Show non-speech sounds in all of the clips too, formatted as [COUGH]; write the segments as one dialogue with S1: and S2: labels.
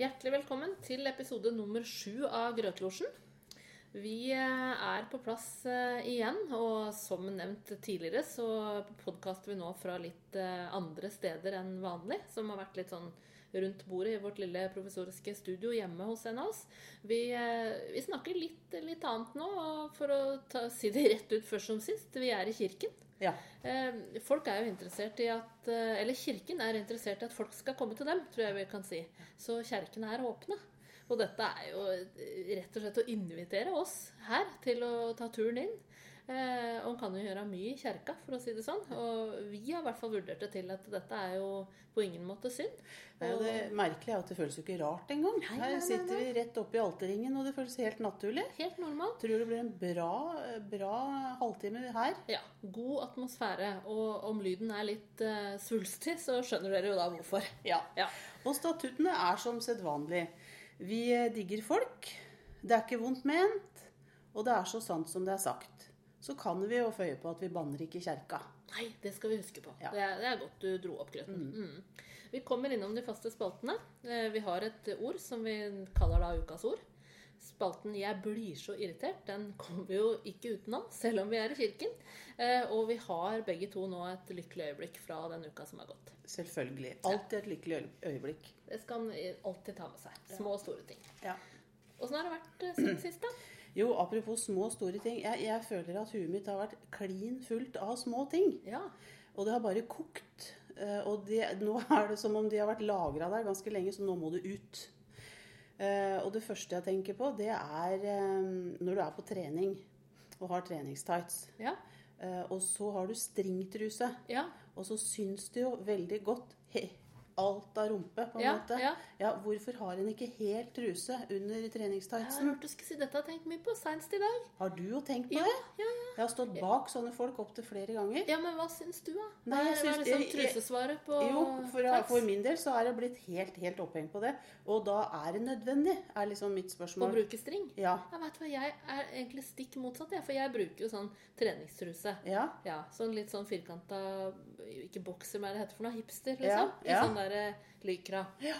S1: Hjertelig velkommen til episode nummer sju av Grøtlosjen. Vi eh, er på plass eh, igjen, og som nevnt tidligere så podkaster vi nå fra litt eh, andre steder enn vanlig, som har vært litt sånn rundt bordet i vårt lille provisoriske studio hjemme hos en av oss. Vi, eh, vi snakker litt, litt annet nå, og for å ta, si det rett ut først som sist. Vi er i kirken.
S2: Ja.
S1: Eh, Folk er jo interessert i at eh, Eller kirken er interessert i at folk skal komme til dem, tror jeg vi kan si. Så kjerkene er åpne. Og dette er jo eh, rett og slett å invitere oss her til å ta turen inn. Eh, og en kan jo gjøre mye i kjerka, for å si det sånn. Og vi har i hvert fall vurdert det til at dette er jo på ingen måte synd.
S2: Det er jo det merkelige er jo at det føles jo ikke rart engang.
S1: Nei, nei, nei,
S2: Her sitter vi rett oppe i alterringen, og det føles helt naturlig.
S1: Og helt normalt.
S2: Tror det blir en bra, bra halvtime her.
S1: Ja. God atmosfære. Og om lyden er litt eh, svulstig, så skjønner dere jo da hvorfor.
S2: Ja.
S1: Ja.
S2: Og statuttene er som sedvanlig. Vi eh, digger folk. Det er ikke vondt ment. Og det er så sant som det er sagt. Så kan vi jo føye på at vi banner ikke i kjerka.
S1: Nei, det skal vi huske på.
S2: Ja.
S1: Det, er, det er godt du dro opp grøten. Mm. Vi kommer innom de faste spaltene. Eh, Vi har et ord som vi kaller da ukas ord. Spalten 'Jeg blir så irritert' den kommer vi jo ikke utenom, selv om vi er i kirken. Eh, Og vi har begge to nå et lykkelig øyeblikk fra den uka som har gått.
S2: Selvfølgelig. Alltid et lykkelig øy- øyeblikk.
S1: Det skal man i- alltid ta med seg. Små og store ting.
S2: Ja.
S1: Åssen har det vært eh, siden sist, da?
S2: Jo, apropos små og store ting. Jeg, jeg føler at huet mitt har vært klin fullt av små ting.
S1: Ja.
S2: Og det har bare kokt. Eh, Og det, nå er det som om de har vært lagra der ganske lenge, så nå må det ut. Eh, Og det første jeg tenker på, det er eh, når du er på trening og har treningstights.
S1: Ja.
S2: eh, Og så har du stringtruse,
S1: Ja.
S2: og så syns det jo veldig godt he, alt av rumpe, på en
S1: Ja,
S2: måte.
S1: ja.
S2: hvorfor har en ikke hel truse under
S1: Jeg har
S2: treningstightsen?
S1: hørt du skulle si dette, har jeg tenkt mye på seinest i dag.
S2: Har du jo tenkt på
S1: Ja,
S2: det?
S1: ja,
S2: Jeg har stått bak sånne folk opptil flere ganger.
S1: Ja, men hva syns du, da?
S2: Nei, jeg
S1: Hva er- hva er
S2: syns-
S1: liksom
S2: jeg- jeg-
S1: trusesvaret på
S2: Jo, for,
S1: Tax?
S2: for min del så er det blitt helt, helt opphengt på det. Og da er det nødvendig, er liksom mitt
S1: Å
S2: spørsmål.
S1: bruke string?
S2: Ja,
S1: Jeg vet hva, jeg er egentlig stikk motsatt, jeg. For jeg bruker jo sånn treningstruse.
S2: ja,
S1: Ja, sånn litt sånn firkanta Ikke bokser, men hva er det heter for noe? Hipster,
S2: Ja,
S1: liksom. I
S2: ja.
S1: sånn derre lykra.
S2: Ja.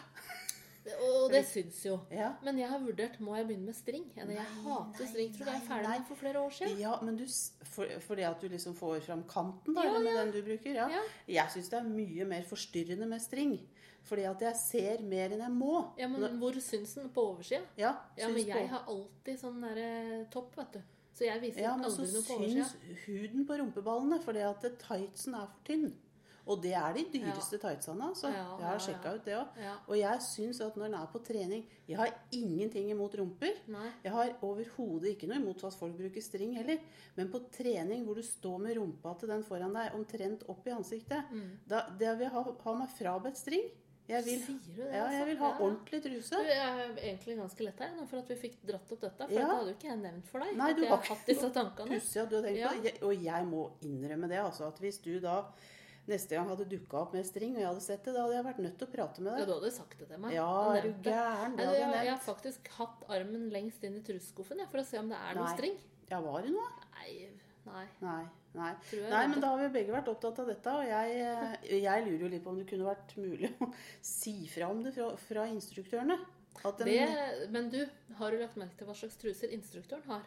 S1: Og det syns jo.
S2: ja.
S1: Men jeg har vurdert må jeg begynne med string. Jeg, jeg
S2: Nei,
S1: hater
S2: nei,
S1: string. Tror du jeg er
S2: nei,
S1: ferdig
S2: nei.
S1: med det for flere år siden?
S2: Ja, men du, s- for, for det at du liksom får fram kanten da,
S1: Ja,
S2: eller med den du bruker, ja.
S1: Ja.
S2: Jeg syns det er mye mer forstyrrende med string. Fordi at jeg ser mer enn jeg må.
S1: Ja, men hvor syns den? På oversida?
S2: Ja,
S1: Ja,
S2: syns
S1: men jeg
S2: på-
S1: har alltid sånn derre topp, vet du. Så jeg viser
S2: ja, men så
S1: aldri noe på oversida.
S2: syns huden på rumpeballene, fordi at tightsen er for tynn. Og det er de dyreste tightsene, altså.
S1: Ja,
S2: jeg har
S1: ja,
S2: sjekka
S1: ja.
S2: ut det òg.
S1: Ja.
S2: Og jeg syns at når en er på trening Jeg har ingenting imot rumper.
S1: Nei.
S2: Jeg har overhodet ikke noe imot at folk bruker string heller. Men på trening hvor du står med rumpa til den foran deg omtrent opp i ansiktet,
S1: Mm.
S2: da det vil jeg ha, ha meg frabedt string. Jeg vil,
S1: Sier du det,
S2: ja, jeg
S1: altså?
S2: vil ha
S1: Ja, ja.
S2: ordentlig truse.
S1: Du, Jeg er egentlig ganske lett her nå for at vi fikk dratt opp dette. For
S2: Ja.
S1: det hadde jo ikke jeg nevnt for deg.
S2: Nei,
S1: at
S2: du
S1: jeg
S2: har
S1: har
S2: ikke
S1: hatt disse tankene.
S2: Pussig at du har tenkt
S1: Ja.
S2: på det. Jeg- Og jeg må innrømme det, altså. At hvis du da neste gang hadde dukka opp med string, og jeg hadde sett det, da hadde jeg vært nødt til å prate med
S1: Ja,
S2: deg.
S1: du hadde sagt det til meg.
S2: Ja,
S1: og
S2: er du
S1: nevnt det.
S2: gæren?
S1: Nei,
S2: Det
S1: du,
S2: hadde
S1: jeg,
S2: jeg
S1: jeg
S2: nevnt.
S1: har faktisk hatt armen lengst inn i trusseskuffen jeg, for å se om det er noe
S2: Nei.
S1: string.
S2: Ja, var det noe?
S1: Nei, nei.
S2: Nei. Nei.
S1: Tror jeg
S2: Nei,
S1: det.
S2: men da har vi begge vært opptatt av dette, og jeg, eh, jeg lurer jo litt på om det kunne vært mulig å si fra om det fra, fra instruktørene. At de,
S1: Det, men du, har du lagt merke til hva slags truser instruktøren har?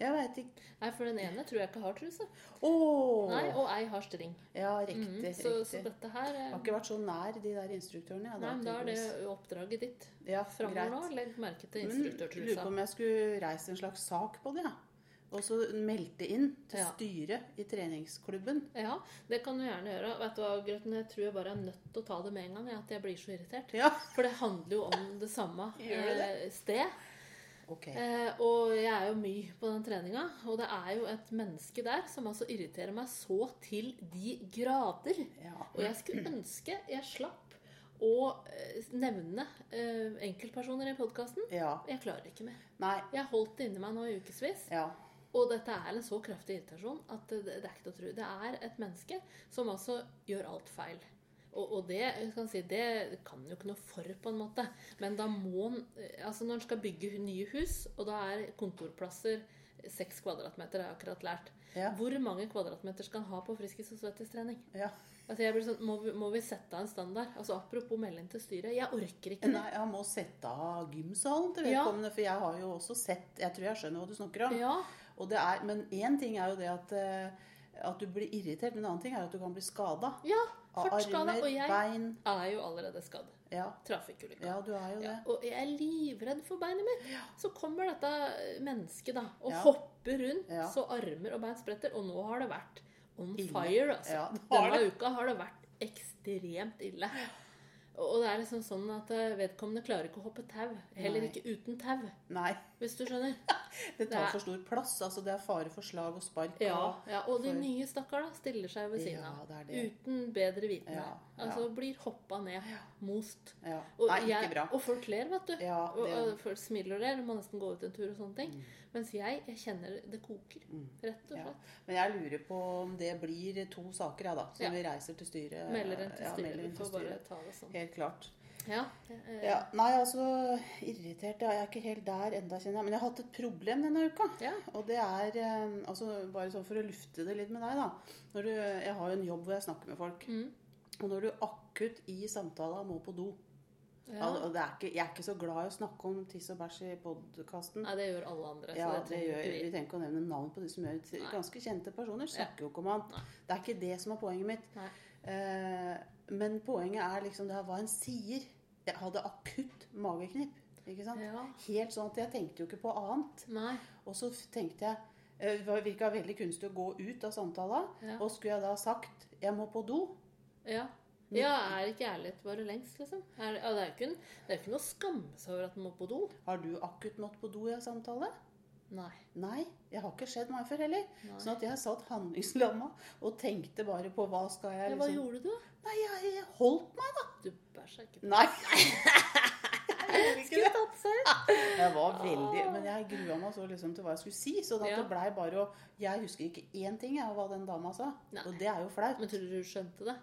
S2: Jeg veit ikke
S1: Nei, for den ene tror jeg ikke har truse.
S2: Å!
S1: Nei, Og ei har string.
S2: Ja, riktig.
S1: Mm,
S2: riktig.
S1: så, så dette her eh,
S2: Jeg har ikke vært så nær de der instruktørene. jeg,
S1: Nei, men da er det
S2: tydeligvis.
S1: oppdraget ditt.
S2: ja,
S1: Framover nå,
S2: greit.
S1: legg merke til
S2: Men lurer på
S1: instruktørtrusa.
S2: om jeg skulle reist en slags sak på det. Ja. Og så meldte inn til
S1: Ja.
S2: styret i treningsklubben.
S1: Ja, det kan du gjerne gjøre. Vet du hva, Grøten, jeg tror jeg bare er nødt til å ta det med en gang, jeg, at jeg blir så irritert.
S2: Ja,
S1: For det handler jo om det samme
S2: Gjør det
S1: eh, sted.
S2: ok.
S1: Eh, og jeg er jo mye på den treninga, og det er jo et menneske der som altså irriterer meg så til de grader.
S2: Ja.
S1: Og jeg skulle ønske jeg slapp å eh, nevne eh, enkeltpersoner i podkasten.
S2: ja.
S1: Jeg klarer ikke mer.
S2: Nei.
S1: Jeg har holdt det inni meg nå i ukevis.
S2: Ja.
S1: Og dette er en så kraftig irritasjon at det, det er ikke til å tro. Det er et menneske som altså gjør alt feil. Og, og det, jeg kan si, det kan jo ikke noe for, på en måte. Men da må en Altså, når en skal bygge hu- nye hus, og da er kontorplasser seks kvadratmeter, har jeg akkurat lært.
S2: Ja.
S1: Hvor mange kvadratmeter skal en ha på Friskis og Svettis trening?
S2: ja.
S1: Altså jeg blir sånn, må vi, må vi sette av en standard? Altså Apropos melding til styret. Jeg orker ikke det.
S2: Eh, Nei, jeg må sette av gymsalen til
S1: Ja.
S2: vedkommende, for jeg har jo også sett Jeg tror jeg skjønner hva du snakker om.
S1: Ja,
S2: Og det er, men én ting er jo det at, eh, at du blir irritert, men en annen ting er jo at du kan bli skada.
S1: ja,
S2: Av
S1: fort skada.
S2: armer,
S1: Og jeg
S2: bein
S1: er jo allerede skadd.
S2: ja.
S1: Trafikkulykke.
S2: ja, du er jo det.
S1: Ja, og jeg er livredd for beinet mitt. Så kommer dette mennesket da, og
S2: Ja.
S1: hopper rundt
S2: Ja.
S1: så armer og bein spretter. Og nå har det vært on
S2: Ille.
S1: fire. altså.
S2: Ja, det har
S1: Denne uka har det vært ekstremt ille. Og og det er liksom sånn at eh, vedkommende klarer ikke å hoppe tau. Heller
S2: Nei.
S1: ikke uten tau,
S2: Nei,
S1: hvis du skjønner.
S2: det
S1: Det
S2: tar
S1: er-
S2: for stor plass. Altså, det er fare for slag og spark.
S1: Ja,
S2: og-
S1: ja, Og de
S2: for-
S1: nye stakkar da, stiller seg ved siden
S2: Ja,
S1: av.
S2: det er det.
S1: Uten bedre vitende.
S2: Ja, ja.
S1: Altså blir hoppa ned. Most.
S2: Ja.
S1: Og,
S2: Nei,
S1: jeg,
S2: ikke bra.
S1: og folk ler, vet du.
S2: Ja,
S1: Og, og
S2: det,
S1: folk smiler og ler. Du må nesten gå ut en tur og sånne ting. Mens jeg, jeg kjenner det koker.
S2: Mm.
S1: Rett og
S2: Ja.
S1: slett.
S2: men jeg lurer på om det blir to saker, ja da. Som
S1: Ja.
S2: vi reiser til styret.
S1: Melder en til
S2: eh, Ja,
S1: styret.
S2: melder inn
S1: Vi
S2: til
S1: får bare
S2: styret.
S1: ta det sånn.
S2: Helt klart.
S1: Ja. eh,
S2: Ja, nei, altså irritert ja, Jeg er ikke helt der enda, kjenner jeg. Men jeg har hatt et problem denne uka.
S1: ja.
S2: Og det er eh, altså, Bare sånn for å lufte det litt med deg, da. Når du, jeg har jo en jobb hvor jeg snakker med folk.
S1: Mm.
S2: Og når du akutt i samtala må på do
S1: ja.
S2: Al- og det er ikke, Jeg er ikke så glad i å snakke om tiss og bæsj i podkasten.
S1: Nei, det gjør alle andre.
S2: Ja,
S1: så
S2: det gjør,
S1: trenger
S2: vi
S1: ikke vi.
S2: trenger ikke å nevne navn på de som gjør det.
S1: Nei.
S2: Ganske kjente personer snakker jo ikke om annet.
S1: Nei.
S2: Det er ikke det som er poenget mitt.
S1: Nei.
S2: Eh, men poenget er liksom det her hva en sier. Jeg hadde akutt mageknip. Ikke sant?
S1: Ja.
S2: Helt sånn at jeg tenkte jo ikke på annet.
S1: Nei.
S2: Og så f- tenkte jeg eh, Det var- virka veldig kunstig å gå ut av samtala.
S1: Ja.
S2: Og skulle jeg da sagt 'jeg må på do'?
S1: Ja. ja, er ikke ærlighet bare lengst, liksom? Er, ja, det, er jo ikke, en- det er jo ikke noe å skamme seg over at en må på do.
S2: Har du akutt måttet på do i en samtale?
S1: Nei.
S2: Nei, jeg har ikke sett meg før heller.
S1: Nei.
S2: Sånn at jeg satt handlingslamma og tenkte bare på hva skal jeg
S1: ja, hva
S2: liksom
S1: gjorde du, da?
S2: Nei, jeg, jeg holdt meg.
S1: Du bæsja ikke på [LAUGHS]
S2: Nei. Jeg gjorde
S1: Skulle
S2: ikke det.
S1: tatt selv.
S2: Jeg var veldig, men jeg grua meg så liksom til hva jeg skulle si. Så da
S1: Ah. Ja.
S2: det blei bare å Jeg husker ikke én ting jeg, av hva den dama sa.
S1: Nei.
S2: Og det er jo flaut.
S1: Men tror du du skjønte det?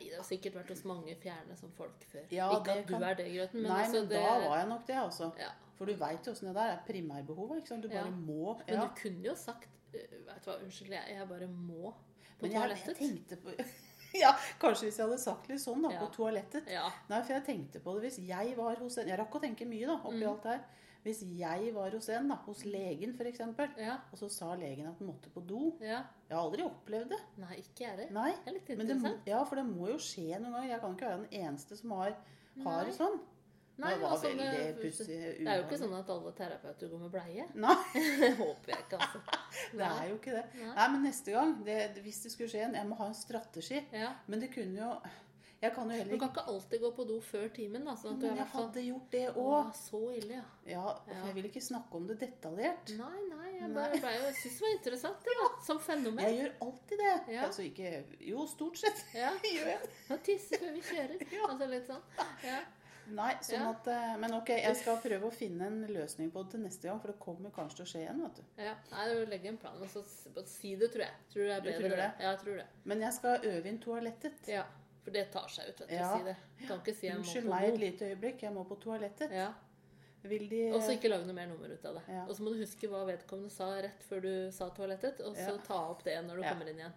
S1: Nei, Det har sikkert vært hos mange fjerne som folk før.
S2: Ja,
S1: ikke
S2: det
S1: at du
S2: kan-
S1: er det, Grøten, men
S2: Nei,
S1: altså
S2: men
S1: det
S2: da var jeg nok det, altså.
S1: ja.
S2: For du veit jo åssen det der er. Primærbehovet. ikke sant? Du
S1: Ja.
S2: bare må.
S1: Men
S2: Ja.
S1: du kunne jo sagt eh, Vet du hva, unnskyld, jeg, jeg bare må på
S2: Men jeg, jeg
S1: toalettet.
S2: tenkte på [LAUGHS] Ja, kanskje hvis jeg hadde sagt litt sånn, da.
S1: Ja.
S2: På toalettet.
S1: Ja.
S2: Nei, for jeg tenkte på det hvis jeg var hos en Jeg rakk å tenke mye, da, oppi
S1: Mm.
S2: alt det her. Hvis jeg var hos en, da, hos legen f.eks.,
S1: Ja.
S2: og så sa legen at den måtte på do
S1: ja.
S2: Jeg har aldri opplevd det.
S1: Nei, ikke jeg heller.
S2: Nei.
S1: Det er litt
S2: Men det, må-
S1: interessant.
S2: ja, for det må jo skje noen ganger. Jeg kan ikke være den eneste som har, har
S1: Nei.
S2: det sånn.
S1: Nei,
S2: det var
S1: altså, det-
S2: veldig pussig.
S1: Det er jo ikke sånn at alle terapeuter går med
S2: [LAUGHS]
S1: bleie.
S2: Nei,
S1: Det håper jeg ikke, altså.
S2: det er jo ikke det.
S1: Nei.
S2: [LAUGHS] Nei, men neste gang, det, hvis det skulle skje en Jeg må ha en strategi.
S1: Ja.
S2: Men det kunne jo Jeg kan jo
S1: Du
S2: heller
S1: kan ikke alltid gå på do før timen, da. Sånn at du er i
S2: Men jeg
S1: hvert fall
S2: hadde gjort det
S1: Å,
S2: òg.
S1: så ille, ja.
S2: Ja, for jeg vil ikke snakke om det detaljert.
S1: Nei, nei, jeg
S2: Nei.
S1: bare ble jo Jeg syns det var interessant, det, da. Som fenomen.
S2: Jeg gjør alltid det.
S1: Ja.
S2: Altså ikke Jo, stort sett [LAUGHS]
S1: Ja.
S2: gjør jeg det.
S1: Nå tisser før vi kjører. Altså litt sånn. Ja.
S2: Nei, sånn
S1: Ja.
S2: at eh, Men ok, jeg skal prøve å finne en løsning på det til neste gang, for det kommer kanskje til å skje igjen, vet du.
S1: ja. Nei, du legger en plan, og så s- bare si det, tror jeg. Tror du det er
S2: Du
S1: bedre?
S2: tror det?
S1: Ja, jeg tror det.
S2: Men jeg skal øve inn toalettet.
S1: Ja. For det tar seg ut, vet du.
S2: Ja.
S1: Si det. Kan ikke si jeg må
S2: Unnskyld
S1: på
S2: meg et
S1: do.
S2: lite øyeblikk, jeg må på toalettet.
S1: Ja.
S2: Vil de
S1: Og så ikke lage noe mer nummer ut av det.
S2: Ja.
S1: Og så må du huske hva vedkommende sa rett før du sa toalettet, og så
S2: Ja.
S1: ta opp det når du
S2: Ja.
S1: kommer inn igjen.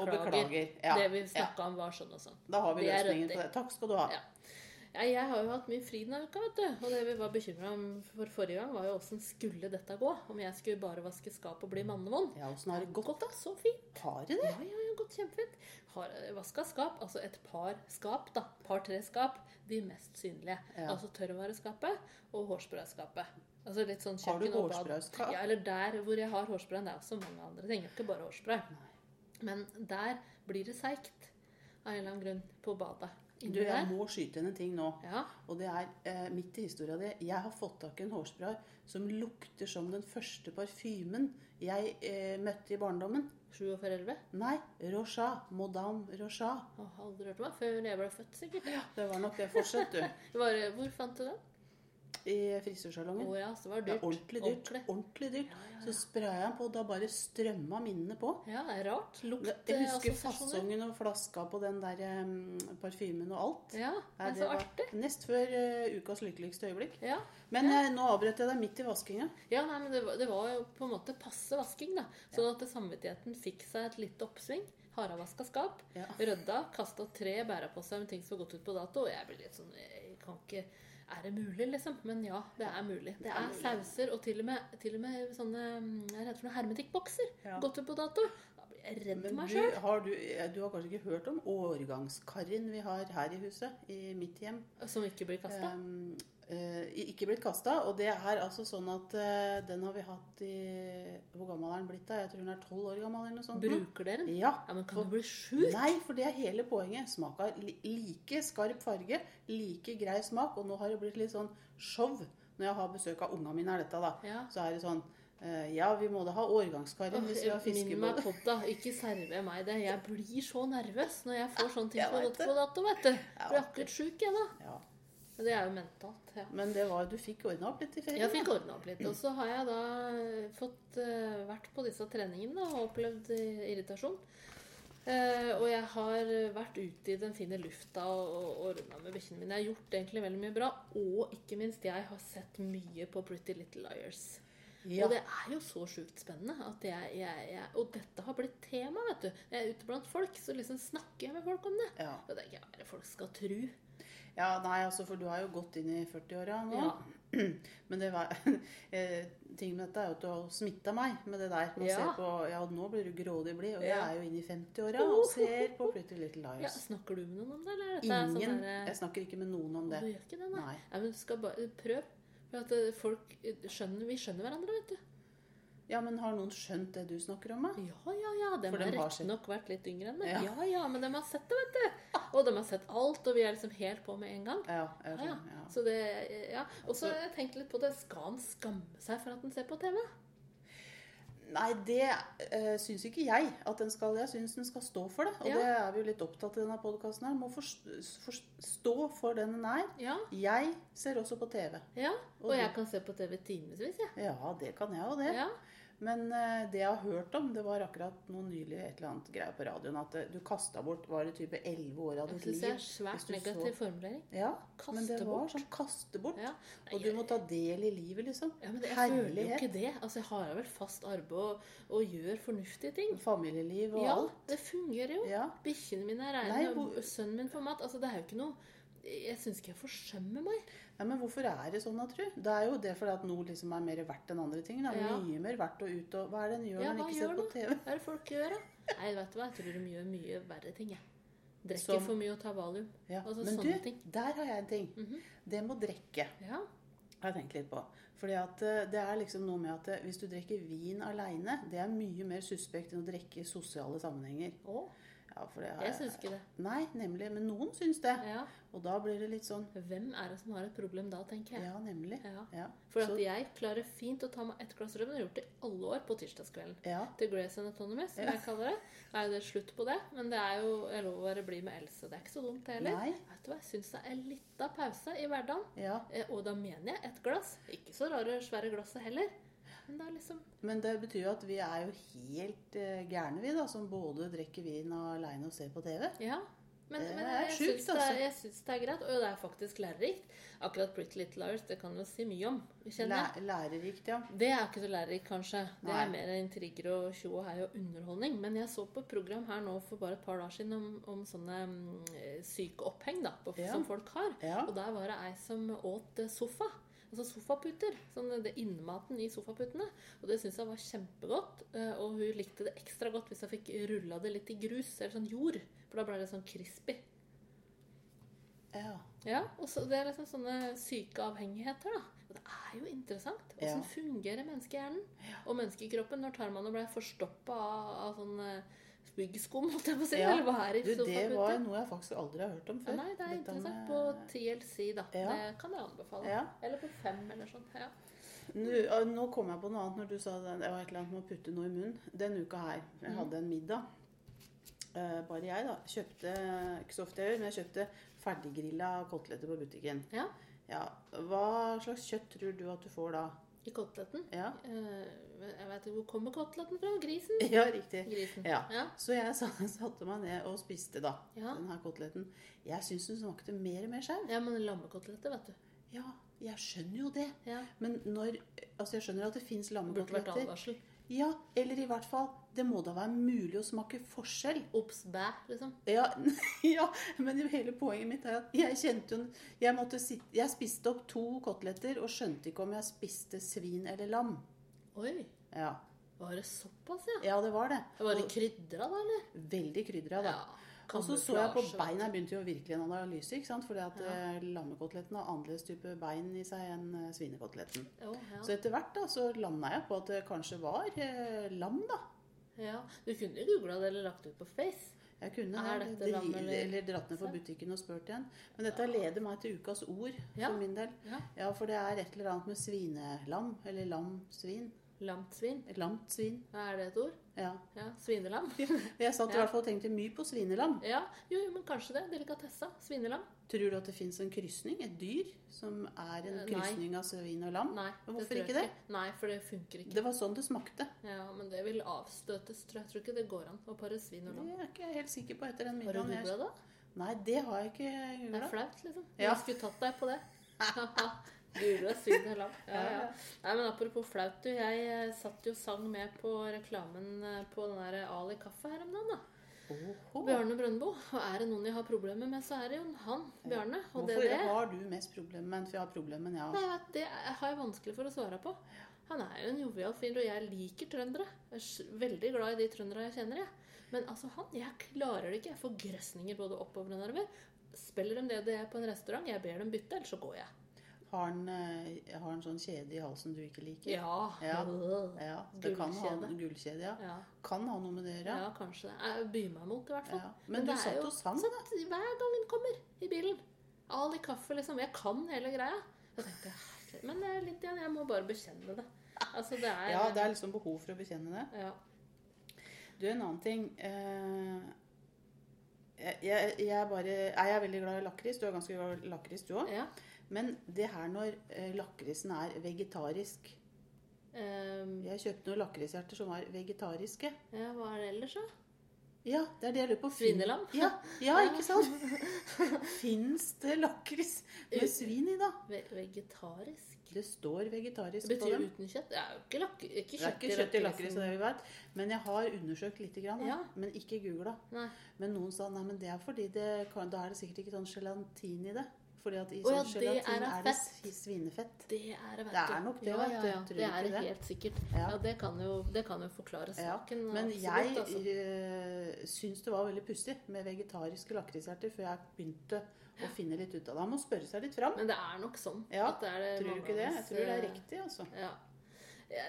S2: Og beklager. Ja.
S1: Det vi
S2: ja.
S1: snakka om, var sånn og sånn.
S2: Da har vi
S1: Det er
S2: løsningen
S1: ryddig.
S2: på det. Takk skal du ha.
S1: Ja. Ja, jeg har jo hatt mye fri denne uka, vet du. Og det vi var bekymra for forrige gang, var jo åssen skulle dette gå? Om jeg skulle bare vaske skap og bli mannevond?
S2: Ja, åssen har det gått?
S1: da. Så fint.
S2: Har det det?
S1: Ja, ja, ja, gått kjempefint. Har vaska skap, altså et par skap, da. Par-tre skap. De mest synlige.
S2: Ja.
S1: Altså tørrvareskapet og hårsprayskapet. Altså litt sånn
S2: Har du
S1: kjøkken og bad.
S2: hårsprayskap?
S1: Ja, eller der hvor jeg har hårspray. Det er også mange andre ting. Ikke bare hårspray. Men der blir det seigt av en eller annen grunn på badet. Inni
S2: Du, jeg
S1: der.
S2: må skyte inn en ting nå.
S1: Ja.
S2: Og det er eh, midt i historia di. Jeg har fått tak i en hårspray som lukter som den første parfymen jeg eh, møtte i barndommen.
S1: 47-11.
S2: Nei, Rochat. Madame Rochat.
S1: Å, Har aldri hørt om det før jeg ble født, sikkert.
S2: Det var nok det. Fortsett, du.
S1: Det var, hvor fant du den?
S2: I
S1: Å
S2: frisørsalongen.
S1: ja, så var
S2: Det
S1: det
S2: er
S1: dyrt.
S2: ordentlig dyrt.
S1: Ordentlig.
S2: Ordentlig dyrt. Så spraya jeg på, og da bare strømma minnene på.
S1: Ja, det er rart.
S2: Jeg
S1: eh,
S2: husker
S1: Luktassosiasjoner.
S2: fasongen og flaska på den der eh, parfymen og alt.
S1: Ja, det
S2: Nei,
S1: er
S2: det
S1: så
S2: var
S1: artig.
S2: Nest før eh, ukas lykkeligste øyeblikk.
S1: Ja,
S2: Men eh, nå avbrøt jeg deg midt i vaskinga.
S1: ja nei, men det var, det var jo på en måte passe vasking, da. Sånn at samvittigheten fikk seg et lite oppsving. haravaska skap.
S2: Ja.
S1: Rydda, kasta tre bæra på seg med ting som var gått ut på dato. Og jeg blir litt sånn jeg kan ikke, Er det mulig, liksom? Men ja, det er mulig. Det er sauser og til og med, til og med sånne mm, Jeg er redd for noen hermetikkbokser.
S2: Ja.
S1: Gått ut på dato. Da blir jeg redd
S2: Men
S1: meg
S2: du
S1: sjøl.
S2: har, du, eh, du har kanskje ikke hørt om årgangskarren vi har her i huset, i mitt hjem.
S1: Som ikke blir kasta.
S2: Um, eh, ikke blitt kasta. Og det er altså sånn at eh, den har vi hatt i Hvor gammel er den blitt da? Jeg tror den er tolv år gammel eller noe sånt. nå.
S1: Bruker dere den?
S2: Ja.
S1: Ja, men kan du bli sjuk?
S2: Nei, for det er hele poenget. Smak av li like skarp farge, like grei smak. Og nå har det blitt litt sånn show når jeg har besøk av unga mine, er dette da.
S1: Ja.
S2: Så er det sånn eh, Ja, vi må da ha årgangskarren hvis vi har
S1: Minn meg
S2: fiskebåt.
S1: på det. Ikke serve meg det. Jeg blir så nervøs når jeg får sånne ting
S2: Jeg
S1: som har
S2: vet
S1: gått på dato, vet du. Blir akkurat sjuk jeg da.
S2: Ja.
S1: Men det er jo mentalt, ja.
S2: Men det var, du fikk ordna opp litt i ferien?
S1: Jeg fikk
S2: da.
S1: ordna opp litt. Og så har jeg da fått eh, vært på disse treningene da, og opplevd eh, irritasjon. Eh, og jeg har vært ute i den fine lufta og, og, og runda med bikkjene mine. Jeg har gjort egentlig veldig mye bra. Og ikke minst, jeg har sett mye på Pretty Little Liars.
S2: ja.
S1: Og det er jo så sjukt spennende. At jeg, jeg, jeg, og dette har blitt tema, vet du. Jeg er ute blant folk, så liksom snakker jeg med folk om det.
S2: Ja.
S1: Og det er ikke hva folk skal tro.
S2: ja, nei, altså, for du har jo gått inn i 40-åra nå.
S1: Ja.
S2: Men det var, [LAUGHS] eh, ting med dette er jo at du har smitta meg med det der. Man
S1: Ja.
S2: ser på, ja, nå blir du grådig blid, og jeg
S1: Ja. Uhuh.
S2: er jo inne i 50-åra og ser på Pretty Little
S1: Ja,
S2: Liars.
S1: snakker du med noen om det, eller? er dette
S2: Ingen,
S1: sånn der-
S2: jeg snakker ikke med noen om det.
S1: Du gjør ikke det, nei?
S2: Nei.
S1: Nei, men du skal bare prøv. For at eh, folk eh, skjønner, Vi skjønner hverandre, vet du.
S2: Ja, men har noen skjønt det du snakker om? Da?
S1: Ja, ja, ja. De
S2: For
S1: har
S2: dem har sett-
S1: riktignok vært litt yngre enn meg.
S2: Ja.
S1: Ja. ja, men de har sett det, vet du. Og de har sett alt, og vi er liksom helt på med en gang.
S2: Ja, jeg
S1: Ja,
S2: skjønner,
S1: Ah, ja.
S2: ja.
S1: Så det, ja. Og så har jeg tenkt litt på det. Skal han skamme seg for at han ser på TV?
S2: Nei, det eh, syns ikke jeg at den skal. Jeg syns den skal stå for det. Og
S1: Ja.
S2: det er vi jo litt opptatt i denne podkasten her. Må forst- forstå for den den er.
S1: Ja.
S2: Jeg ser også på TV.
S1: ja.
S2: Og
S1: Og jeg kan se på TV timevis, jeg.
S2: Ja, det kan jeg jo det.
S1: Ja.
S2: Men eh, det jeg har hørt om, det var akkurat noe nylig et eller annet greier på radioen. At eh, du kasta bort Var det type 11 år av
S1: Jeg
S2: ditt
S1: syns altså, jeg
S2: liv?
S1: er svært
S2: Hvis du så-
S1: negativ formulering.
S2: Ja,
S1: Kaste
S2: men det var
S1: bort.
S2: sånn kaste bort.
S1: Ja. Nei,
S2: Og du må ta del i livet, liksom.
S1: ja, men det, jeg føler jo
S2: Herlighet.
S1: ikke det. Altså, Jeg har da vel fast arbeid og, og gjør fornuftige ting.
S2: Familieliv og
S1: Ja,
S2: alt.
S1: det fungerer jo.
S2: Ja.
S1: Bikkjene mine er
S2: Nei,
S1: reine,
S2: hvor-
S1: og sønnen min får mat. Altså, det er jo ikke noe Jeg syns ikke jeg forsømmer meg.
S2: ja, Men hvorfor er det sånn, da, tru? Det er jo det fordi at noe liksom er mer verdt enn andre ting. Det er
S1: Ja.
S2: mye mer verdt å ut og Hva er det en gjør
S1: Ja,
S2: når en
S1: hva
S2: ikke
S1: gjør
S2: ser på TV?
S1: Hva er det folk gjør, da? Nei, vet du hva, jeg tror de gjør mye verre ting, jeg. Drikker
S2: Som-
S1: for mye og tar valium.
S2: Ja.
S1: Altså,
S2: men
S1: sånne
S2: du,
S1: ting.
S2: der har jeg en ting.
S1: Mhm.
S2: Det må drikke.
S1: Ja.
S2: har jeg tenkt litt på. Fordi at eh, det er liksom noe med at eh, hvis du drikker vin aleine, det er mye mer suspekt enn å drikke i sosiale sammenhenger.
S1: Å,
S2: Ja, for det er,
S1: jeg syns ikke det.
S2: Nei, nemlig. Men noen syns det.
S1: Ja.
S2: Og da blir det litt sånn
S1: Hvem er det som har et problem da, tenker jeg.
S2: Ja, nemlig.
S1: Ja.
S2: Ja.
S1: For at
S2: Så-
S1: jeg klarer fint å ta meg ett glass rødvin, og har gjort det i alle år på tirsdagskvelden.
S2: ja.
S1: til Grace Anatomy, som
S2: Ja.
S1: jeg kaller det. Nei, det er slutt på det, men det er jo jeg lov å være blid med Else. Det er ikke så dumt, det heller.
S2: Nei.
S1: Vet du hva, jeg syns det er litt av pause i hverdagen.
S2: ja.
S1: Eh, Og da mener jeg et glass. Ikke så rare svære glasset heller. Men det er liksom
S2: Men det betyr jo at vi er jo helt eh, gærne, vi, da, som både drikker vin aleine og ser på TV.
S1: Ja. Men,
S2: Det
S1: men
S2: er
S1: jeg,
S2: sjukt,
S1: syns det, er-
S2: altså.
S1: jeg syns det er greit, og det er faktisk lærerikt. Akkurat Pretty Little Liars, det kan jo si mye om, kjenner jeg.
S2: Læ lærerikt, ja.
S1: Det er ikke så lærerikt, kanskje. Det
S2: Nei.
S1: er mer intriger og tjo og hei og underholdning. Men jeg så på et program her nå for bare et par dager siden om, om sånne mm, syke oppheng da, på,
S2: Ja.
S1: som folk har.
S2: Ja.
S1: Og der var det ei som åt eh, sofa. Altså sofaputer. Sånn det innmaten i sofaputene. Og det syns jeg var kjempegodt. eh, Og hun likte det ekstra godt hvis jeg fikk rulla det litt i grus eller sånn jord. For da ble det sånn crispy.
S2: ja.
S1: Ja, og så Det er liksom sånne syke avhengigheter. da. Og Det er jo interessant.
S2: Ja.
S1: Åssen fungerer menneskehjernen og menneskekroppen når tarmene ble forstoppa av, av sånn eh, byggskum, holdt jeg på å si.
S2: Ja.
S1: Eller hva er det
S2: Du,
S1: i
S2: det var
S1: sofaputer?
S2: noe jeg faktisk aldri har hørt om
S1: Ja,
S2: før.
S1: nei, det er
S2: Dette
S1: interessant
S2: med-
S1: på TLC, da.
S2: Ja.
S1: Det kan jeg anbefale.
S2: Ja.
S1: Eller på fem, eller sånn. Ja.
S2: Nå, ah, nå kom jeg på noe annet når du sa det det var et eller annet med å putte noe i munnen. Den uka her, jeg hadde en middag. Eh, bare jeg, da. Kjøpte ikke så ofte jeg gjør, men jeg kjøpte ferdiggrilla koteletter på butikken.
S1: ja.
S2: Ja, Hva slags kjøtt tror du at du får da?
S1: I koteletten.
S2: Ja, [LAUGHS]
S1: Eh, jeg vet ikke, Hvor kommer koteletten fra? Grisen?
S2: ja riktig.
S1: Grisen.
S2: Ja.
S1: Ja.
S2: Så jeg sa- satte meg ned og spiste da,
S1: Ja.
S2: den her koteletten. Jeg syns den smakte mer og mer skjær.
S1: ja, men lammekoteletter, vet du.
S2: Ja, jeg skjønner jo det.
S1: Ja.
S2: Men når Altså, jeg skjønner at det fins
S1: Burde vært
S2: lammekoteletter.
S1: advarsel.
S2: Ja, eller i hvert fall Det må da være mulig å smake forskjell.
S1: Obs, bæ, liksom.
S2: Ja, [LAUGHS] ja, men jo hele poenget mitt er at jeg kjente jo jeg, måtte sitte, jeg spiste opp to koteletter og skjønte ikke om jeg spiste svin eller lam.
S1: Oi,
S2: Ja,
S1: var det såpass, ja?
S2: ja det var det.
S1: Var det
S2: Og
S1: krydra, da, eller?
S2: veldig krydra, da. Og så så jeg på
S1: kamuflasje,
S2: beina, jeg begynte jo virkelig en analyse, ikke sant? fordi at
S1: Ja.
S2: eh, lammekoteletten har annerledes type bein i seg enn eh, svinekoteletten.
S1: vet du. Jo, ja.
S2: Så etter hvert da, så landa jeg på at det kanskje var eh, lam, da.
S1: ja. Du kunne jo googla det eller lagt det ut på Face.
S2: Jeg kunne
S1: Er
S2: ha
S1: dette
S2: dri-
S1: lam eller-
S2: eller dratt ned på butikken og spurt igjen. Men dette leder meg til ukas ord,
S1: Ja.
S2: for min del.
S1: Ja.
S2: Ja, for det er et eller annet med svinelam, eller lam-svin.
S1: Lamt svin.
S2: Et lamt svin.
S1: Er det et ord?
S2: Ja.
S1: Ja.
S2: [LAUGHS]
S1: Svinelam.
S2: Jeg satt i
S1: Ja.
S2: hvert fall og tenkte mye på svinelam.
S1: Ja, jo, jo, men kanskje det. Delikatessa. Svinelam.
S2: Tror du at det fins en krysning? Et dyr som er en
S1: Eh, nei.
S2: krysning av svin og lam?
S1: Nei.
S2: Men hvorfor
S1: tror jeg
S2: ikke det?
S1: Nei, for det funker ikke.
S2: Det var sånn det smakte.
S1: Ja, Men det vil avstøtes, tror jeg. Jeg tror ikke det går an å pare svin og
S2: Det
S1: lam.
S2: er ikke jeg helt sikker på etter den
S1: Har du
S2: middagen.
S1: googla
S2: Jeg...
S1: det?
S2: Nei, det har jeg ikke
S1: Det er
S2: googla.
S1: flaut, liksom.
S2: Ja.
S1: Jeg skulle tatt deg på
S2: [LAUGHS]
S1: det. Gula svin og lam. Ja, ja. Nei, men apropos flaut, du. Jeg eh, satt jo og sang med på reklamen eh, på den der Ali Kaffe her om dagen. da. Bjarne Brøndbo. Og er det noen jeg har problemer med, så er det jo han, Bjarne. Og det,
S2: Hvorfor
S1: det,
S2: har du mest problemer med For jeg har problemer med
S1: nei,
S2: ja.
S1: jeg vet, det har jeg vanskelig for å svare på. Han er jo en jovial fyr, og jeg liker trøndere. Jeg er s- veldig glad i de trøndere jeg kjenner. Jeg. Men altså, han Jeg klarer det ikke. Jeg får grøsninger både oppover og nedover. Spiller de det det er på en restaurant, jeg ber dem bytte, ellers så går jeg.
S2: Har han, eh, har han sånn kjede i halsen du ikke liker?
S1: Ja.
S2: Ja.
S1: Øh.
S2: ja det kan ha
S1: Gullkjede.
S2: gullkjede, ja.
S1: ja.
S2: Kan ha noe med det å gjøre.
S1: ja kanskje det. Jeg byr meg mot det, i hvert
S2: Ja.
S1: fall.
S2: Men,
S1: det
S2: du
S1: er
S2: satt
S1: jo-
S2: og sang, da.
S1: Sånn, hver gang hun kommer i bilen. All i kaffe, liksom. Jeg kan hele greia. Da tenkte jeg, "Herre", Men det er litt igjen, jeg må bare bekjenne det. Altså, det er
S2: Ja, det er liksom behov for å bekjenne det.
S1: Ja.
S2: Du, en annen ting. eh, jeg, jeg, jeg bare, er jeg veldig glad i lakris. Du er ganske glad i lakris, du òg.
S1: ja.
S2: Men det her når eh, lakrisen er vegetarisk
S1: Ehm,
S2: Jeg kjøpte noen lakrishjerter som var vegetariske.
S1: ja, hva er det ellers, da?
S2: Ja, det er det jeg lurer på. Fin-
S1: Svinelam?
S2: Ja, ja,
S1: [LAUGHS]
S2: ikke sant? Fins det lakris
S1: Eh,
S2: med svin i, da?
S1: Ve vegetarisk?
S2: Det står
S1: Det
S2: vegetarisk på
S1: betyr
S2: dem.
S1: uten kjøtt? Det er jo ikke, lak ikke
S2: Det er
S1: kjøtt
S2: ikke kjøtt i lakris,
S1: lakrisen.
S2: det vi vet. Men jeg har undersøkt litt, grann, da.
S1: liksom. Ja.
S2: men ikke googla.
S1: Nei.
S2: Men noen sa nei, men det er fordi det kan, da er det sikkert ikke sånn gelatin i det. Fordi at i
S1: Å
S2: sånn
S1: ja, det er
S2: gelatin
S1: av
S2: er det
S1: fett.
S2: s- svinefett.
S1: Det er det, vet
S2: Det er
S1: du.
S2: nok det,
S1: ja,
S2: vet
S1: ja,
S2: du.
S1: ja.
S2: Tror du
S1: Det er
S2: ikke det?
S1: helt sikkert.
S2: Ja.
S1: Ja, det kan jo, det kan jo forklare
S2: Ja,
S1: saken.
S2: Men jeg
S1: absolutt, altså.
S2: eh, syns det var veldig pussig med vegetariske lakrishjerter før jeg begynte å finne litt ut av det. Man må spørre seg litt fram.
S1: Men det er nok sånn.
S2: Ja,
S1: at det er det
S2: Tror du
S1: mange
S2: ikke det?
S1: av
S2: Jeg
S1: oss,
S2: tror det er
S1: eh,
S2: riktig, altså.
S1: Ja.